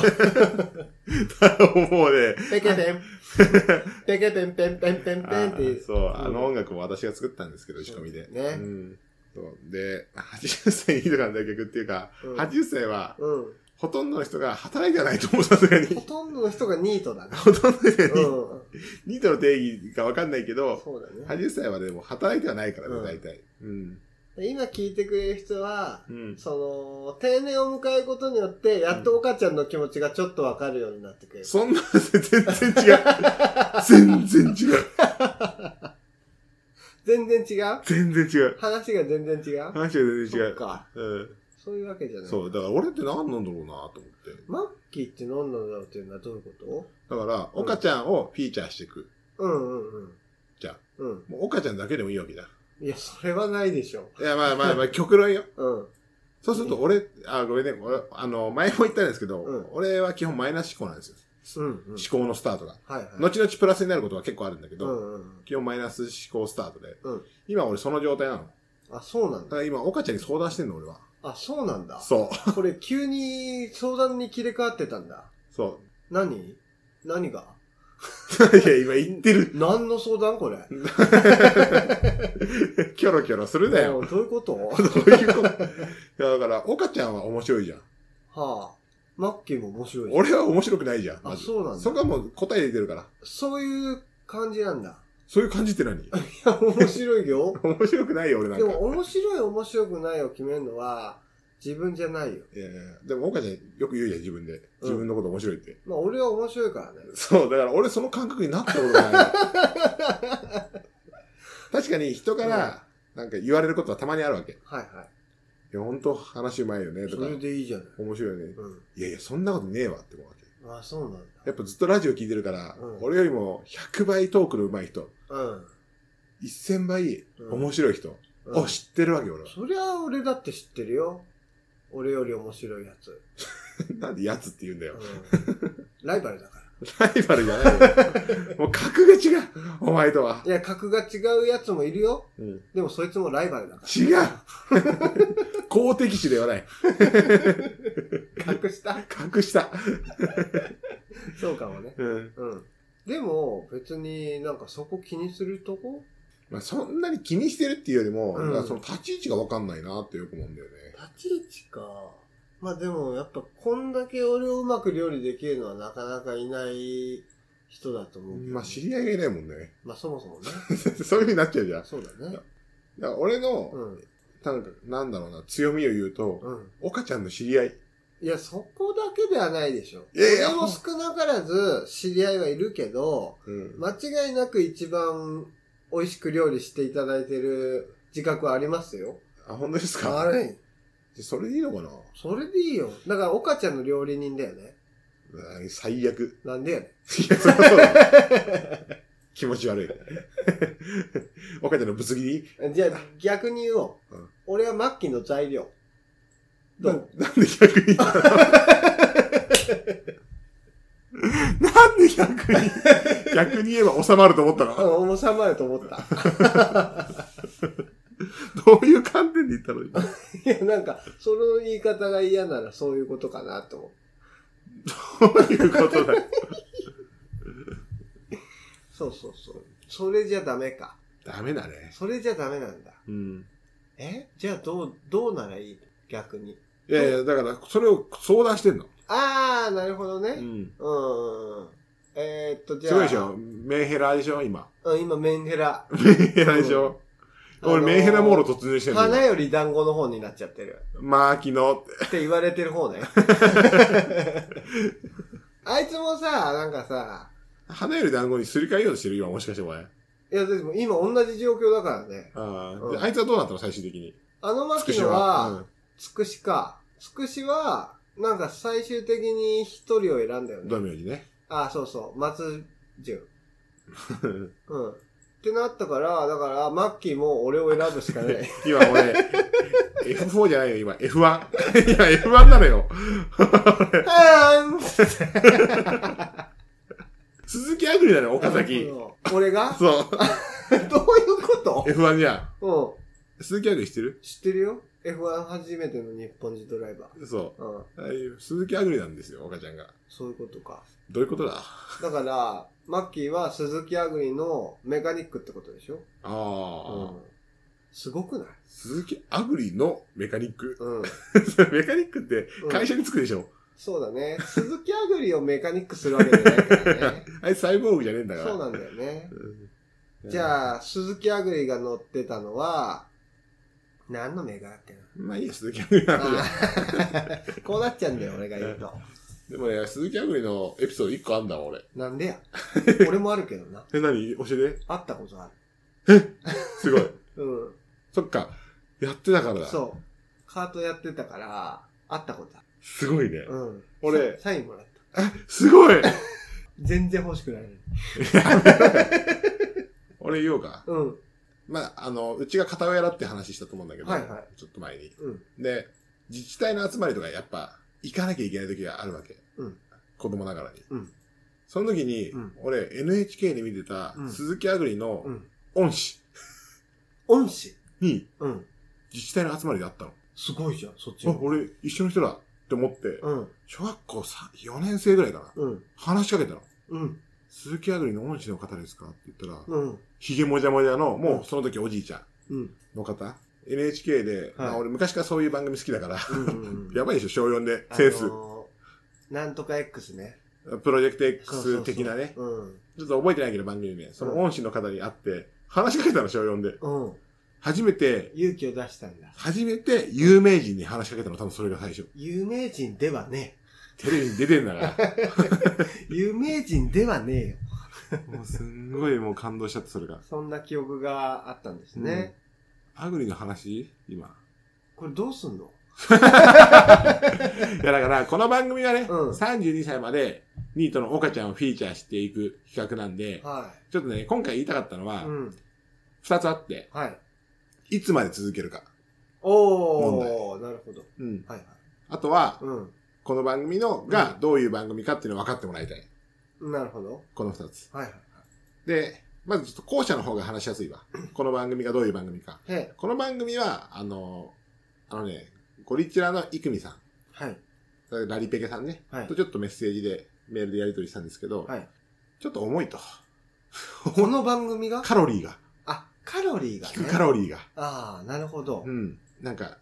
A: もうね、
B: ペケ ペン。ペケペンペンペンペンペンってい
A: あー
B: う。
A: そう、あの音楽も私が作ったんですけど、仕込みで。
B: そうね
A: うんそうで、80歳にとかの脱却っていうか、
B: うん
A: 80歳は、
B: うん。
A: ほとんどの人が働いてないと思う、さすがに。
B: ほとんどの人がニートだね。
A: ほとんどの人
B: うん。
A: に、 ニートの定義がわかんないけど、
B: そうだね。
A: 80歳はでも働いてはないからね、
B: うん
A: 大体。うん。
B: 今聞いてくれる人は、
A: うん。
B: その、定年を迎えることによって、やっとお母ちゃんの気持ちがちょっとわかるようになってくれる。
A: そんな、全然違 う。全然違う。
B: 全然違う
A: 全然違う。
B: 話が全然違う
A: 話が全然違
B: そっ
A: う。
B: か。
A: うん。
B: そういうわけじゃない。
A: そう、だから俺って何なんだろうなと思って。
B: マッキーって何なんだろうっていうのはどういうこ
A: だから、岡ちゃんをフィーチャーしていく。
B: とうんうんうん。
A: じゃあ、
B: うん。
A: もう岡ちゃんだけでもいいわけじゃん。
B: いや、それはないでしょ。
A: いや、まあまあ まあ、極論よ。
B: うん。
A: そうすると、俺、あ、ごめんね、俺、あの、前も言ったんですけど、
B: うん
A: 俺は基本マイナス思考なんですよ。
B: うん、うん。
A: 思考のスタートが。
B: はいはい。
A: 後々プラスになることは結構あるんだけ
B: う
A: ど、
B: んうんうん。
A: 基本マイナス思考スタートで、
B: うん
A: 今俺その状態なの。だ
B: あ、そうなん
A: か
B: だ。
A: ら今、岡ちゃんに相談してんの、俺は。
B: あ、そうなんだ。
A: そう。
B: これ急に相談に切り替わってたんだ。
A: そ
B: 何何が
A: う。 いや、今言ってる。
B: 何の相談これ。
A: キョロキョロするなよ。
B: うんどういうことは
A: どういうこといや、だから、岡ちゃんは面白いじゃん。
B: あ。マッキーも面白いじゃん。
A: 俺は面白くないじゃん。
B: あ、
A: まず
B: そうなん
A: そこ。
B: だ
A: はもう答え出てるから。
B: そういう感じなんだ。
A: そういう感じって 何
B: いや、面白いよ。
A: 面白くないよ、俺 なん
B: で
A: か。
B: も、面白い、面白くないを決めるのは、自分じゃないよ。
A: いやいやでも、岡ちゃんよく言うじゃん、自分で。自分のこと面白いって。
B: まあ、俺は面白いからね。
A: そう、だから俺その感覚になったことがない。 確かに人から、なんか言われることはたまにあるわけ。い
B: はいは
A: や、ほんと話うまいよね、
B: い。
A: と
B: そ
A: か、
B: れでいいじゃない。
A: 面白いよね。
B: う
A: いやいや、そんなことねえわって思うわけ。
B: ん。あ、そうなんだ。
A: やっぱずっとラジオ聞いてるから、
B: うん
A: 俺よりも100倍トークの上手い人、
B: うん。
A: 1000倍
B: うん
A: 面白い人
B: うん
A: を知ってるわけ、俺は。
B: そりゃ俺だって知ってるよ。俺より面白いやつ。
A: なんでやつって言うんだよ。
B: うん、ライバルだか ら。
A: ライバルじゃないよ。もう格が違う、お前とは。
B: いや、格が違うやつもいるよ。
A: うん
B: でもそいつもライバルだか
A: 違う 公敵視ではない。
B: ら。格下
A: 格下。
B: そうかもね。
A: うん
B: うん。でも、別になんかそこ気にするとこ
A: まあ、そんなに気にしてるっていうよりも、
B: うん
A: だからその立ち位置が分かんないなってよく思うんだよね。
B: 立ち位置か。まあでも、やっぱこんだけ俺をうまく料理できるのはなかなかいない人だと思うけどね。
A: まあ知り合いがいないもんね。
B: まあそもそもね。
A: そういう風になっちゃうじゃん。だか
B: そうだね。
A: ら俺の、
B: うん。
A: なんか、なんだろうな、強みを言うと、
B: うん。
A: 岡ちゃんの知り合い。
B: いや、そこだけではないでしょ。
A: いやいや
B: 俺も少なからず知り合いはいるけど、
A: うん。
B: 間違いなく一番美味しく料理していただいてる自覚はありますよ。
A: あ、本当ですか
B: あれ
A: それでいいのかな
B: それでいいよ。だから、岡ちゃんの料理人だよね。
A: うん最悪。
B: なんでやね
A: いや、そりゃそう だ。気持ち悪い。 岡ちゃんのぶつ切り
B: ん。じゃあ、逆に言おう。
A: うん
B: 俺は末期の材料。ど
A: な
B: う
A: なんで逆に言ったのなんで逆に逆に言えば収まると思ったの
B: うん、重さまると思った。
A: どういう観点で言ったの今
B: いや、なんか、その言い方が嫌ならそういうことかなと思う。
A: どういうことだ
B: そうそうそう。それじゃダメか。
A: ダメだね。
B: それじゃダメなんだ。
A: うん。
B: えじゃあ、どう、どうならいい逆に。
A: いやいや、だから、それを相談してんの。
B: あー、なるほど
A: う
B: ね。
A: ん。
B: うん。うん、えー、っと、じゃあ。
A: すごいでしょメンヘラでしょ今。
B: うん、今、メンヘラ。
A: メンヘラでしょ、
B: うん
A: 俺、
B: あのー
A: メンヘラモール突入してんの
B: 花
A: よ。
B: より団子の方になっちゃってる。
A: まあ、昨日って。
B: って言われて る方ね。あいつもさ、なんかさ、
A: 花より団子にすり替えようとしてる今、もしかしてお前。あ
B: いや、でも今同じ状況だからね。
A: あ,、
B: うん
A: あいつはどうなったの最終的に。
B: あの
A: つく
B: 牧
A: し
B: 野は、
A: うん
B: つくしか。つくしは、なんか最終的に一人を選んだよ
A: ド
B: ね。
A: ミノにね。
B: あ、そうそう。松潤。うん。ってなったから、だから、マッキーも俺を選ぶ しかない。
A: 今俺、F4 じゃないよ、今、F1。いや、F1 なのよ。
B: あーん
A: 鈴木アグリなのよ、岡崎。
B: 俺が
A: そう。
B: どういうこ
A: F1 じゃ
B: と
A: ん。鈴木アグリ知って
B: うん。
A: る
B: 知ってるよ ?F1 初めての日本人ドライバ
A: そ
B: ー。うん。
A: うああいう。鈴木アグリなんですよ、岡ちゃんが。
B: そういうことか。
A: どういうことだ
B: だから、マッキーは鈴木アグリのメカニックってことでしょ
A: あ
B: う
A: あ、
B: ん。すごくない
A: 鈴木アグリのメカニック。
B: うん。
A: それメカニックって会社につくでしょ。
B: そうだね。鈴木アグリをメカニックするわけじゃない からね。
A: あいつサイボーグじゃねえんだから。
B: そうなんだよね。
A: うん
B: じゃあ、鈴木アグリが乗ってたのは、何のメガだっけな
A: まあい いや、鈴木アグリな
B: あ
A: んだよ
B: ーこうなっちゃうんだよ、俺が言うと。
A: でもね、鈴木アグリのエピソード1個あんだわ、俺。
B: な んでや。俺もあるけどな。
A: え、何教 えて。
B: 会ったことあ
A: すごい。
B: る。うん。
A: そっか。やってたからだ。
B: そう。カートやってたから、会ったことあ
A: すごいね
B: る。。うん。
A: 俺
B: さサインもらった。
A: すごい
B: 全然欲しくない。
A: 俺言おうか。
B: うん。
A: まあ、あの、うちが片親だって話したと思うんだけど、
B: はいは
A: ちょっと前に。
B: うん。
A: で、自治体の集まりとかやっぱ、行かなきゃいけない時があるわけ。
B: うん
A: 子供ながらに。
B: うん
A: その時に、
B: うん
A: 俺 NHK で見てた
B: うん
A: 鈴木あぐりの
B: うん。
A: 恩師
B: 恩師。
A: に
B: うん。
A: 自治体の集まりで会ったの。
B: すごいじゃん、そっち
A: あ、俺一緒の人だって思って、
B: うん。
A: 小学校さ4年生ぐらいかな。
B: うん。
A: 話しかけたの。
B: うん。
A: 鈴木あぐりの恩師の方ですかって言ったら、
B: うん。
A: ひげもじゃもじゃの、
B: う
A: も
B: ん
A: うその時おじいちゃん
B: うん。
A: の方 ?NHK で、まあ俺昔からそういう番組好きだから、
B: うん うん。
A: やばいでしょ、小4で、センス
B: あ。のーなんとか X ね。
A: プロジェクト
B: そうそうそ
A: X
B: う
A: 的なね。
B: うん。
A: ちょっと覚えてないけど番組名。その恩師の方に会って、話しかけたの、小4で。
B: うん。
A: 初めて、
B: 勇気を出したんだ。
A: 初めて有名人に話しかけたの、多分それが最初。
B: 有名人ではね
A: テレビに出てんだ から。
B: え。有名人ではねえよ。
A: もうすんごいもう感動しちゃって、それが。
B: そんな記憶があったんですね。
A: アグリの話今。
B: これどうすんの
A: いや、だから、この番組はね、
B: うん
A: 32歳まで、ニートの岡ちゃんをフィーチャーしていく企画なんで、
B: は
A: ちょっとね、今回言いたかったの
B: い。
A: は
B: う、ん。
A: 二つあって、
B: はい。
A: いつまで続けるか。
B: おー、なるほど。
A: うん。
B: はいはい。
A: あとは、
B: う
A: この番組のがどういう番組かっていうのを分かってもらいたい。
B: ん。なるほど。
A: この二つ。
B: はいはい。
A: で、まずちょっと後者の方が話しやすいわ。この番組がどういう番組か。
B: へえ。
A: この番組は、あの、あのね、ゴリチラのイクミさん、
B: はい。
A: ラリペケさんね、
B: はい
A: と。ちょっとメッセージで、メールでやり取りしたんですけど、
B: はい。
A: ちょっと重いと。
B: この番組が
A: カロリーが、
B: あ、カロリーが、ね。
A: 低カロリーが。
B: ああ、なるほど。
A: うん。なんか、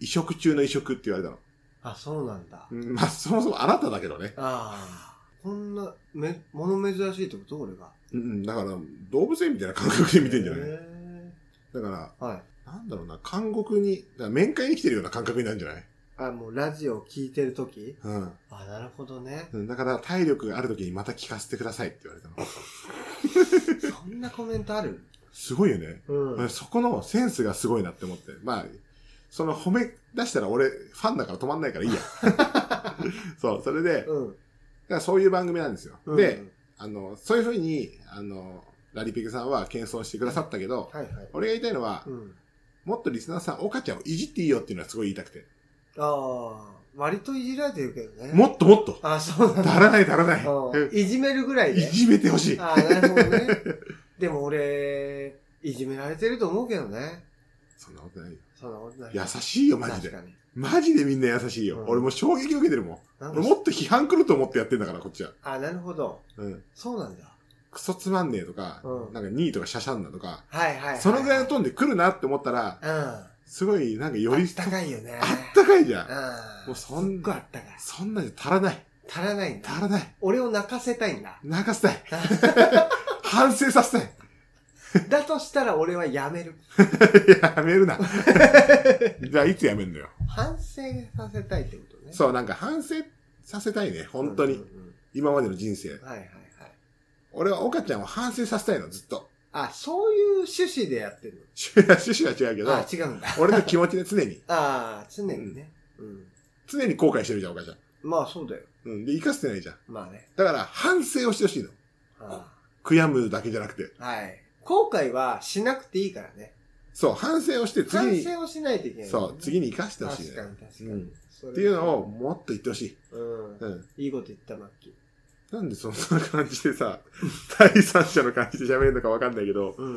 A: 移植中の移植って言われたの。
B: あ、そうなんだ。
A: うん、まあ、そもそもあなただけどね。
B: ああ。こんな、め、物珍しいってこと俺が。
A: うんうん、だから、動物園みたいな感覚で見てんじゃない、
B: へ
A: だから、
B: えはい。
A: なんだろうな、韓国に、だから面会に来てるような感覚になるんじゃない
B: あ、もうラジオを聞いてるとき
A: うん
B: あ、なるほど ね。
A: うん。だから、体力がある時にまた聞かせてくださいって言われたの。
B: そんなコメントある
A: すごいよね。
B: うん。
A: そこのセンスがすごいなって思って。まあ、その褒め出したら俺、ファンだから止まんないからいい や。そう、それで、だか
B: うん。
A: らそういう番組なんですよ。
B: うん
A: で、、あの、そういうふうに、あの、ラリピケさんは謙遜してくださったけど、
B: はいはい。
A: 俺が言いたいのは、
B: うん。
A: もっとリスナーさん、岡ちゃんをいじっていいよっていうのはすごい言いたくて。
B: ああ、割といじられてるけどね。
A: もっともっと
B: あ、そうなん
A: だ
B: だ。
A: らないだらない。
B: うんいじめるぐらい
A: い
B: で。
A: じめてほしい。
B: ああ、なるほどね。 でも俺、いじめられてると思うけどね。
A: そんなことないよ。
B: そんなことない。
A: 優しいよ、マジ
B: 確
A: で。
B: かに。
A: マジでみんな優しいよ。
B: うん
A: 俺もう衝撃受けてるもん。
B: なんか
A: 俺もっと批判来ると思ってやってんだから、こっちは。
B: あ、なるほど。
A: うん。
B: そうなんだ。
A: クソつまんねえとか、
B: うん
A: なんかニーとかシャシャンだとか、
B: はいはい、はい。
A: そのぐらいのトーンで来るなって思ったら、
B: うん。
A: すごい、なんかよ
B: あ
A: り
B: ったかいよね。
A: あったかいじゃん。
B: うん。
A: もうそん
B: すっごいあったかい。
A: そんなんじゃ足らない。
B: 足らないんだ。
A: 足らない。
B: 俺を泣かせたいんだ。
A: 泣か せたい。反省させたい。
B: だとしたら俺はやめる。
A: やめ るな。じゃあ、いつやめんのよ。
B: 反省させたいってことね。
A: そう、なんか反省させたいね。本当
B: うん
A: に。
B: うんう
A: 今までの人生
B: ん。。はいはいはい。
A: 俺は岡ちゃんを反省させたいの、ずっと。
B: あ、そういう趣旨でやってる
A: 趣旨は違うけ
B: の。
A: ど
B: あ、、違うんだ。
A: 俺の気持ちで常に、
B: ああ、常にね。うん。
A: 常に後悔してるじゃん、岡ちゃん。
B: まあそうだよ。
A: うん。で、生かせてないじゃん。
B: まあね。
A: だから、反省をしてほしいの。
B: あ
A: 悔やむだけじゃなくて。
B: あはい。後悔はしなくていいからね。
A: そう、反省をして、
B: 反
A: 次
B: 省をしないといけ
A: に、
B: ない、
A: そう、次
B: に。
A: に生かしてほしいの
B: 確か
A: よ。
B: に確か
A: う
B: に
A: ん。
B: それは。
A: っていうのを、もっと言ってほしい。
B: うん。
A: うん。
B: いいこと言った、マッキー。
A: なんでそんな感じでさ、 第三者の感じで喋るのかわかんないけど、
B: うん。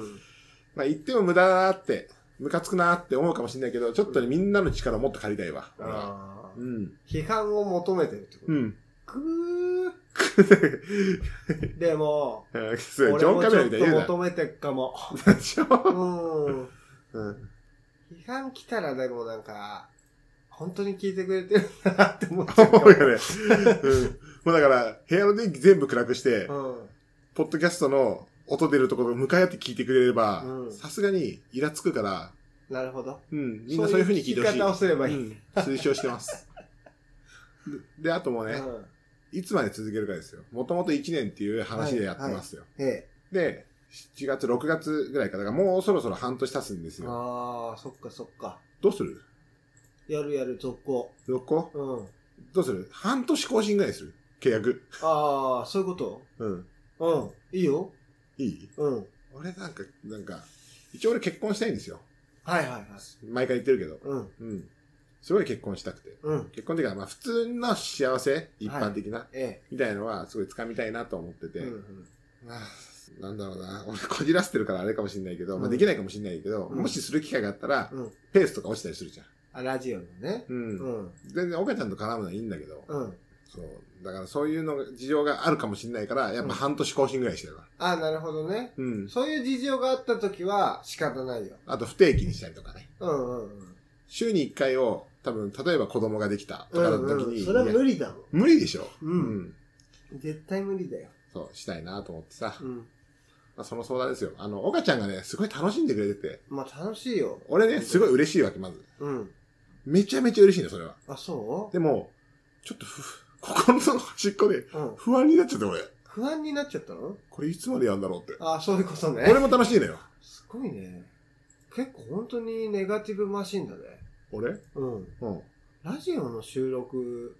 A: まあ言っても無駄だなって、ムカつくなって思うかもしれないけど、ちょっとね、みんなの力をもっと借りたいわ。俺は
B: ああ。
A: うん。
B: 批判を求めてるってこと
A: うん。
B: くー。 でも、
A: えーそ
B: 俺
A: れ
B: も
A: ジ
B: ち
A: ョン
B: ょ
A: カメラみ
B: った
A: い
B: と
A: に言うな。
B: 求めてっかも。
A: でし
B: う
A: ょ
B: ん。
A: うん。
B: 批判来たらでもなんか、本当に聞いてくれてるんだなって思っちゃうか
A: 思
B: も。
A: うよね。うん。もうだから、部屋の電気全部暗くして、
B: うん。
A: ポッドキャストの音出るところと向かい合って聞いてくれれば
B: う、ん
A: さすがにイラつくから、
B: なるほど。
A: うん。みんなそういう風に聞いてほし
B: そういう聞
A: い。
B: き方をすればいい。
A: うん推奨してます。でで、あともうね、
B: うん
A: いつまで続けるかですよ。もともと1年っていう話でやってますよ。
B: え
A: で、7月、6月ぐらいか、だからもうそろそろ半年経つんです
B: え。
A: よ。
B: ああ、そっかそっか。
A: どうする
B: やるやる、続行。
A: 続行
B: うん。
A: どうする半年更新ぐらいする契約。
B: ああ、そういうこと
A: うん。
B: うん。いいよ。
A: いい
B: うん。
A: 俺なんか、なんか、一応俺結婚したいんですよ。
B: はいはいはい。
A: 毎回言ってるけど。
B: うん。
A: うん。すごい結婚したくて。
B: うん。
A: 結婚っていうか、まあ普通の幸せ、一般的な、
B: え
A: みたいのはすごい掴みたいなと思って
B: え。
A: て。
B: うん。
A: あーなんだろうな。俺こじらせてるからあれかもしれないけど、ま
B: う
A: あ
B: ん
A: できないかもしれないけど、
B: うん
A: もしする機会があったら、
B: うん。
A: ペースとか落ちたりするじゃん。
B: あ、ラジオのね。
A: う。
B: うんん。
A: 全然岡ちゃんと絡むのはいいんだけど、
B: うん。
A: そう。だからそういうのが、事情があるかもしれないから、やっぱ半年更新ぐらいしてるわ。
B: ああ、なるほどね。
A: うん。
B: そういう事情があった時は仕方ないよ。
A: あと不定期にしたりとかね。
B: うんうんうん。
A: 週に1回を、多分、例えば子供ができたとかの時に、
B: それはい
A: や
B: 無理だも
A: 無理でしょ。
B: うんん。絶対無理だよ。
A: そう、したいなと思ってさ。
B: うん。
A: まあ、その相談ですよ。あの、岡ちゃんがね、すごい楽しんでくれてて、
B: まあ楽しいよ。
A: 俺ね、すごい嬉しいわけ、まず。
B: うん。
A: めちゃめちゃ嬉しいの、それは。
B: あ、そ
A: でも、ちょっとふ、心の端っこで
B: ううん。
A: 不安になっちゃって、俺。
B: 不安になっちゃったの
A: これいつまでやんだろうって。
B: あ、そういうことね。
A: 俺も楽しいのよ。
B: すごいね。結構本当にネガティブマシンだね。
A: 俺
B: うん。
A: うん。
B: ラジオの収録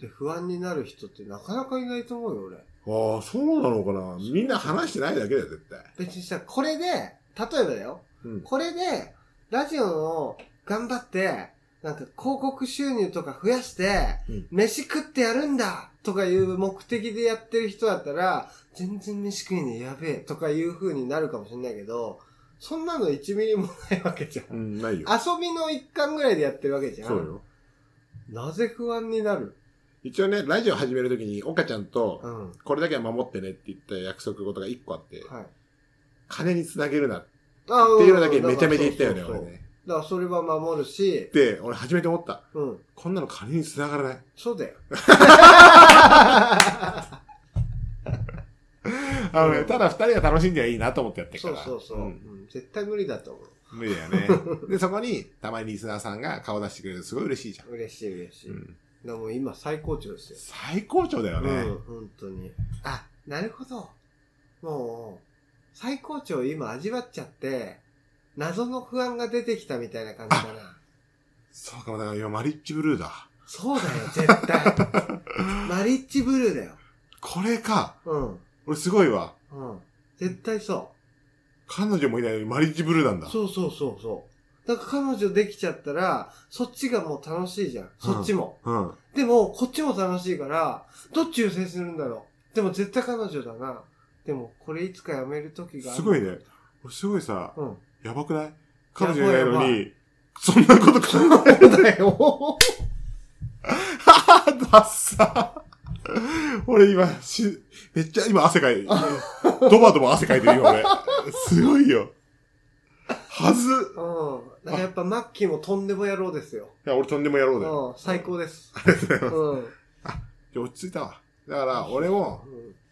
B: で不安になる人ってなかなかいないと思うよ、俺。
A: ああ、そうなのかな。みんな話してないだけだよ、絶対。
B: 別にさ、これで、例えばだよ。
A: うん。
B: これで、ラジオの頑張って、なんか広告収入とか増やして、
A: うん
B: 飯食ってやるんだとかいう目的でやってる人だったら、全然飯食いねえやべえとかいう風になるかもしれないけど、そんなの1ミリもないわけじゃん。
A: うん、ないよ。
B: 遊びの一環ぐらいでやってるわけじゃん。
A: そうよ。
B: なぜ不安になる
A: 一応ね、ラジオ始めるときに、岡ちゃんと、
B: ん。はい。
A: これだけは守ってねって言った約束事が一個あって、金につなげるなって
B: あ
A: いうのだけめちゃめちゃ言ったよね、
B: そうそう
A: 俺
B: そう
A: ね。
B: だからそれは守るし、
A: で、俺初めて思った。
B: うん。
A: こんなの金につながらない。
B: そうだよ。
A: あのね、ただ二人が楽しんではいいなと思ってやってるか
B: そう
A: ら。
B: そうそう、うん
A: ん
B: 絶対無理だと思う。
A: 無理だよ ね。で、そこに、たまにリスナーさんが顔出してくれるすごい嬉しいじゃん。
B: 嬉しい嬉しい。
A: う
B: だ
A: ん
B: からもう今最高潮ですよ。
A: 最高潮だよね。
B: うん、本当に。あ、なるほど。もう、最高潮を今味わっちゃって、謎の不安が出てきたみたいな感じか な。
A: そうかも、だから今マリッジブルーだ。
B: そうだよ、絶対。マリッジブルーだよ。
A: これか。
B: うん。
A: 俺すごいわ。
B: うん。絶対そ
A: 彼女もいないのにマリッジブルーなん
B: う。
A: だ。
B: そうそうそうそう。だから彼女できちゃったら、そっちがもう楽しいじゃん。そっちも。
A: うん。
B: でも、こっちも楽しいから、どっち優先するんだろう。でも絶対彼女だな。でも、これいつかやめる時がある。
A: すごいね。俺すごいさ、
B: うん。
A: やばくない彼女いないの
B: やばいや
A: に、そんなこと考えない。
B: そうだよ。
A: ダッサ俺今、し、めっちゃ今汗かい、ドバドバ汗かいてるよ、俺。すごいよ。はず。
B: うん。だからやっぱマッキーもとんでも野郎ですよ。
A: いや、俺とんでもやろうだよ。
B: うん。最高です。
A: ありがとうございます。
B: うん。
A: いや落ち着いたわ。だから、俺も、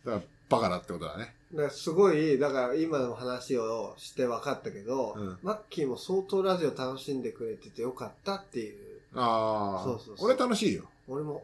A: だからバカだってことだね。
B: だからすごい、だから今の話をして分かったけど、
A: うん
B: マッキーも相当ラジオ楽しんでくれててよかったっていう。
A: ああ。
B: そうそうそう
A: 俺楽しいよ。
B: 俺も。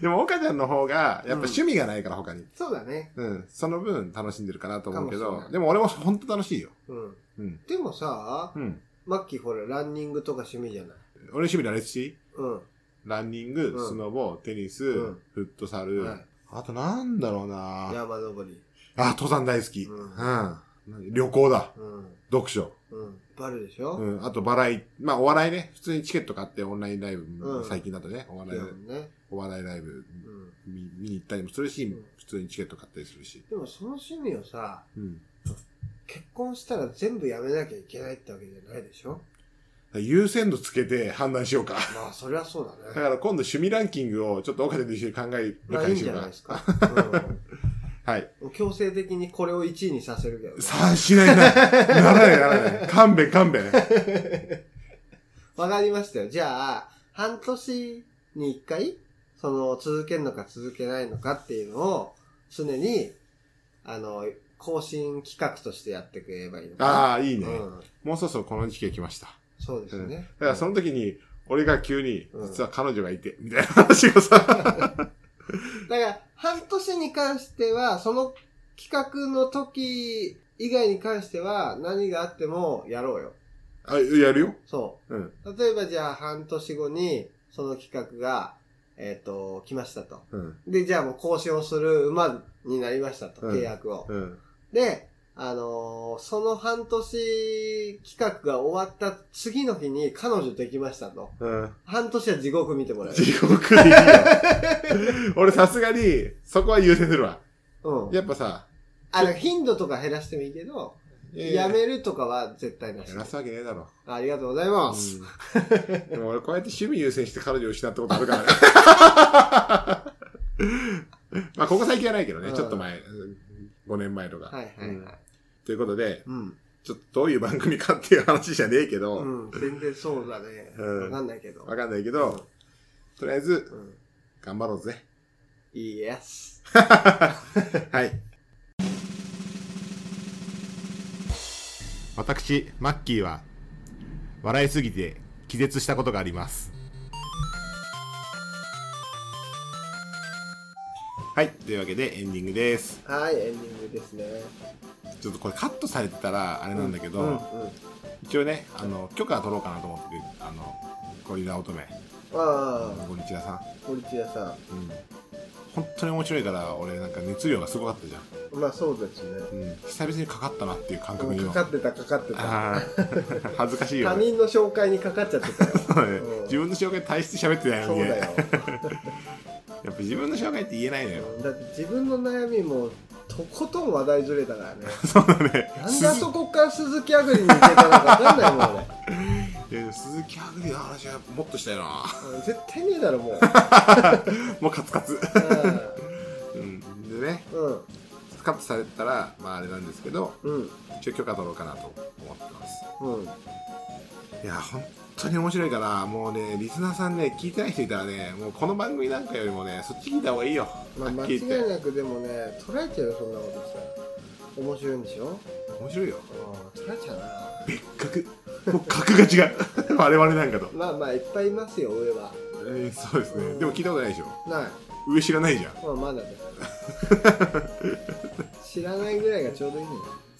A: でも、岡ちゃんの方が、やっぱ趣味がないから、他に。
B: そうだね。
A: うん。その分、楽しんでるかなと思うけ
B: かもし
A: ど
B: れな、い
A: でも俺も本当楽しいよ。
B: うん。
A: うん。
B: でもさ、
A: うん。
B: マッキーほら、ランニングとか趣味じゃない。
A: 俺趣味羅列し
B: うん。
A: ランニング、
B: うん
A: スノボ、テニス、
B: うん
A: フットサル、
B: はい
A: あとなんだろうな
B: 山登り。
A: あ、登山大好き。
B: う
A: うんん。旅行だ。
B: うん。
A: 読書。
B: うん。バレるでしょ、
A: う
B: うん、
A: ん。あと、バラエまあ、お笑いね。普通にチケット買って、オンラインライブ、
B: うん
A: 最近だとね、お笑い、
B: ね。
A: お笑いライブ
B: うん。
A: 見見に行ったりもするし、
B: うん
A: 普通にチケット買ったりするし。
B: でもその趣味をさ、
A: うん。
B: 結婚したら全部やめなきゃいけないってわけじゃないでしょ
A: 優先度つけて判断し ようか。
B: まあ、そりゃそうだ
A: だ
B: ね
A: か。ら今度趣味ランキングをちょっと岡田と一緒に考える
B: まあ、
A: 感
B: いいん
A: じ
B: じ
A: よ
B: ゃ
A: う
B: な
A: か
B: いですか。うん
A: はい。
B: 強制的にこれを1位にさせるけど ね。
A: さあ、しないな。ならないなら ない。勘弁勘弁。
B: わかりましたよ。じゃあ、半年に1回、その、続けるのか続けないのかっていうのを、常に、あの、更新企画としてやってくればいいのかな。あ、
A: ああ、いいね。
B: うん。
A: もうそろそろこの時期が来ました。
B: そうですね。
A: だからその時に、俺が急に
B: う、ん
A: 実は彼女がいて、みたいな話がさ、
B: だから、半年に関しては、その企画の時以外に関しては、何があってもやろうよ。
A: あやるよ。
B: そ
A: うん。
B: う。例えばじゃあ、半年後に、その企画が、えっ、と、来ましたと。
A: うん。
B: で、じゃあもう更新をする馬になりましたと、
A: うん
B: 契約を。
A: うん。
B: で、あのーその半年企画が終わった次の日に彼女できましたと。
A: うん。
B: 半年は地獄見てもらえる。
A: 地獄でいいよ。俺さすがに、そこは優先するわ。
B: うん。
A: やっぱさ、
B: あの、頻度とか減らしてもいいけど、
A: いい
B: やめるとかは絶対なし
A: や。らすわけねえだろ。
B: ありがとうございます。
A: うんでも俺こうやって趣味優先して彼女を失ったことあるからね。 まあここ最近はないけどね、
B: うん
A: ちょっと前、5年前とか。
B: はいはい
A: うん
B: はい。
A: ということで、
B: うん。
A: ちょっとどういう番組かっていう話じゃねえけど、
B: うん。全然そうだね。
A: うん
B: わかんないけど。
A: わかんないけど、とりあえず
B: うん。
A: 頑張ろう ぜ。
B: イエス。
A: はい。私、マッキーは、笑いすぎて気絶したことがあります。はい。というわけでエンディングです。
B: はい、エンディングですね。
A: ちょっとこれカットされてたらあれなんだけど、
B: うんうん。
A: 一応ね、あの、許可は取ろうかなと思ってる、あの、ゴリラ乙女、
B: ああ、
A: ゴリチラさ
B: 堀千代さ
A: ん。うん。本当に面白いから、俺なんか熱量がすごかったじゃん。
B: ん。まあそうですね。
A: うん。久々にかかったなっていう感覚に
B: か
A: 今
B: かってたかかってた
A: あー恥ずかしいよ
B: 他
A: ね。
B: 人の紹介にかかっちゃってたようん
A: 自分の紹介大して喋 ってないの
B: そう
A: に、ね、
B: だ
A: やっ
B: よ
A: ぱ自分の紹介って言えないのよ。
B: だって自分の悩みもとことん話題ずれたからね
A: そうだね。
B: なんであそこから鈴木あぐりに行けたのか分かんないもん俺
A: いや鈴木ハグリの話はもっと したいな。
B: うん絶対ねえだろもう
A: もうカツカツ。うん、でね、
B: うん
A: カットされたら、まああれなんですけど、
B: うん
A: 一応許可取ろうかなと思ってます。
B: うん
A: いや、本当に面白いから、もうね、リスナーさんね、聞いてない人いたらね、もうこの番組なんかよりもね、そっち聞いた方がいいよ。
B: まあ
A: はっ
B: 間
A: きり言っ
B: 違い
A: て。
B: なくでもね捉えちゃうよそんなことしたら面白いんでしょ
A: 面白いよ。
B: うん捉えちゃうな
A: 別格。もう格が違う。 我々なんかと。
B: まあまあいっぱいいますよ上は
A: えーそうですね。でも聞いたことないでしょ。
B: ない
A: 上知らないじゃん。
B: まあま だね知らないぐらいがちょうどいいん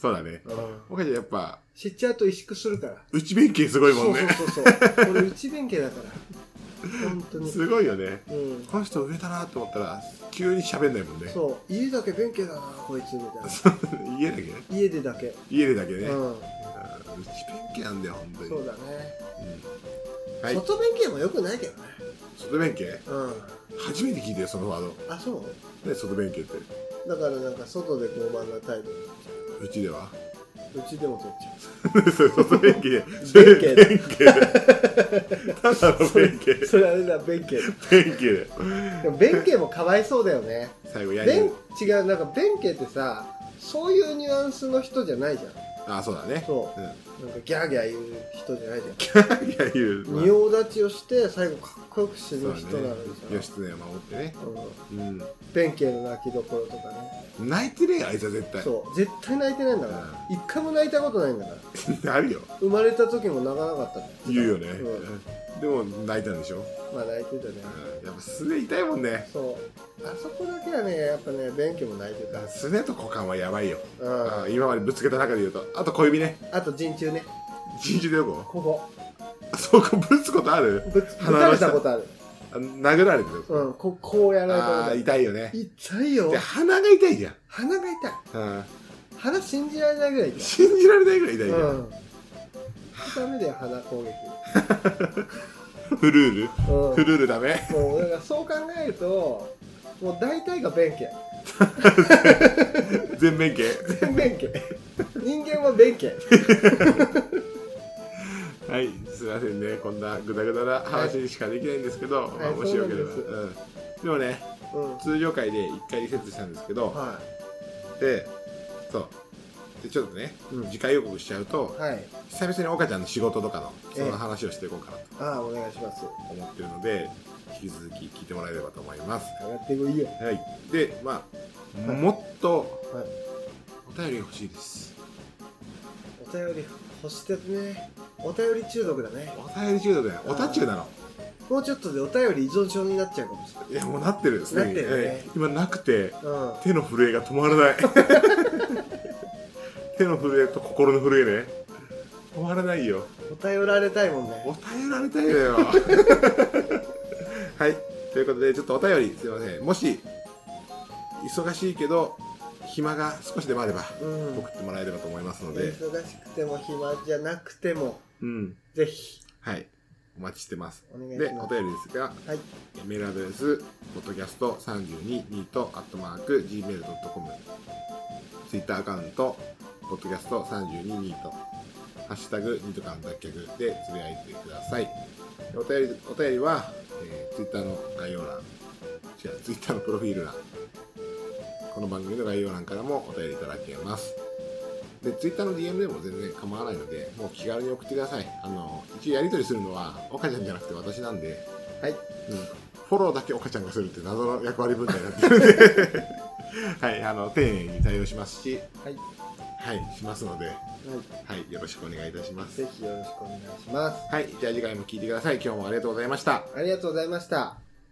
A: そうだね。
B: だよ、うん
A: 岡ちゃんやっぱ、
B: 知っちゃうと萎縮するから。
A: 内弁慶すごいもんね。
B: そうそうそうそう。俺内弁慶だから。本当に。
A: すごいよね。
B: うん。
A: この人上だなと思ったら、急に喋んないもんね。
B: そう。家だけ弁慶だな、こいつみたいな。
A: 家だけね。
B: 家でだけ。
A: 家でだけね。
B: う
A: うん
B: ん。
A: 内弁慶なんだよ、本当に。
B: そうだね。
A: うんはい。
B: 外弁慶も良くないけどね。
A: 外弁慶
B: うん。
A: 初めて聞いたよ、そのワード。
B: あ、そう
A: ね、外弁慶って。
B: だからなんか外で傲慢な態度。
A: うちでは
B: うちでも取っちゃ
A: 外弁慶。
B: 弁慶だ
A: 弁慶だ。ただの弁
B: う。
A: 慶。
B: それあれだ、弁慶。
A: 弁慶だよ。
B: でも弁慶もかわいそうだよね。
A: 最後、やり。
B: 弁、違う、なんか弁慶ってさ、そういうニュアンスの人じゃないじゃん。
A: あそうだね
B: そ
A: うん、
B: なんかギャーギャー言う人じゃないじゃん
A: いやいうまあ
B: 仁王立ちをして最後かっこよく死ぬ人なのにさ、
A: そうだね義経を守ってね
B: う
A: うん
B: ん、弁慶の泣きどころとかね、
A: 泣いてねえよあいつは絶対
B: そう絶対泣いてないんだから一回も泣いたことないんだから
A: あるよ
B: 生まれた時も泣かなかったって
A: 言うよね、
B: うん
A: でも泣いたんでしょ、
B: まあ泣いてたね
A: うん、やっぱすね痛いもんね
B: そうあそこだけはねやっぱね弁慶も泣いてた
A: すねと股間はやばいよ、
B: うん
A: うん、今までぶつけた中で言うとあと小指ね
B: あと陣中ね
A: 人中でどこ
B: ここ
A: そこぶつことある
B: ぶつぶたれたことある
A: あ殴られてる、
B: うんここうやられたこと
A: あ
B: あ
A: あ
B: る
A: 痛いよね
B: 痛いよ
A: で鼻が痛いじゃん、
B: 鼻が痛い
A: うん、
B: 鼻信じられないぐらい痛い
A: 信じられないぐらい痛いじゃん、
B: うんダメだよ鼻攻撃
A: フルール
B: うん
A: フルールダメ
B: もうだからそう考えるともう大体が弁慶
A: 全面形
B: 全弁慶人間は弁慶
A: はいすいませんねこんなグダグダな話しかできないんですけど、
B: い
A: まあ、
B: はい
A: もしよければ、
B: そう
A: う
B: なん
A: でもね
B: うん
A: 通常回で一回リセットしたんですけど、
B: は
A: でそうでちょっとね、
B: うん
A: 次回予告しちゃうと
B: いはい
A: 久々に岡ちゃんの仕事とかの
B: え
A: そ
B: え
A: の話をしていこうかなと
B: ああお願いします
A: 思ってるので引き続き聞いてもらえればと思います
B: 上がってもいいよ
A: はいでまあ、
B: はい
A: もっと
B: は
A: お
B: い
A: 便り欲しいです
B: お便り欲してるねお便り中毒だね
A: お便り中毒だよおたちゅうなの
B: もうちょっとでお便り依存症になっちゃうかもしれない
A: いやもうなってるすでに
B: なってるね
A: ええ今なくて
B: うん
A: 手の震えが止まら ない手の震えと心の震えね止まらないよ
B: お便られたいもん
A: お
B: ね
A: 便られたいの よはいということでちょっとお便りすいませんもし忙しいけど暇が少しでもあれば
B: うん
A: 送ってもらえればと思いますので
B: 忙しくても暇じゃなくても
A: うん
B: ぜひ
A: はいお待ちしてます
B: お願い
A: で
B: し
A: お
B: ます
A: 便りですが
B: はい
A: えメールアドレス、ポッドキャスト322と、アットマーク、gmail.com。ツイッターアカウント、ポッドキャスト322と、ハッシュタグ、ニトカン脱却でつぶやいてください。お便り、お便りは、えー、ツイッターの概要欄、違う、ツイッターのプロフィール欄、この番組の概要欄からもお便りいただけます。で、ツイッターの DM でも全然構わないので、もう気軽に送ってください。あの、一応やり取りするのは、岡ちゃんじゃなくて私なんで、
B: はい
A: うんフォローだけ岡ちゃんがするって謎の役割分担になってるんで はいあの丁寧に対応しますし
B: はい
A: はいしますので
B: は
A: はいよろしくお願いいたしま
B: い
A: す
B: ぜひよろしくお願いします
A: はいじゃあ次回も聞いてください今日もありがとうございました
B: ありがとうございました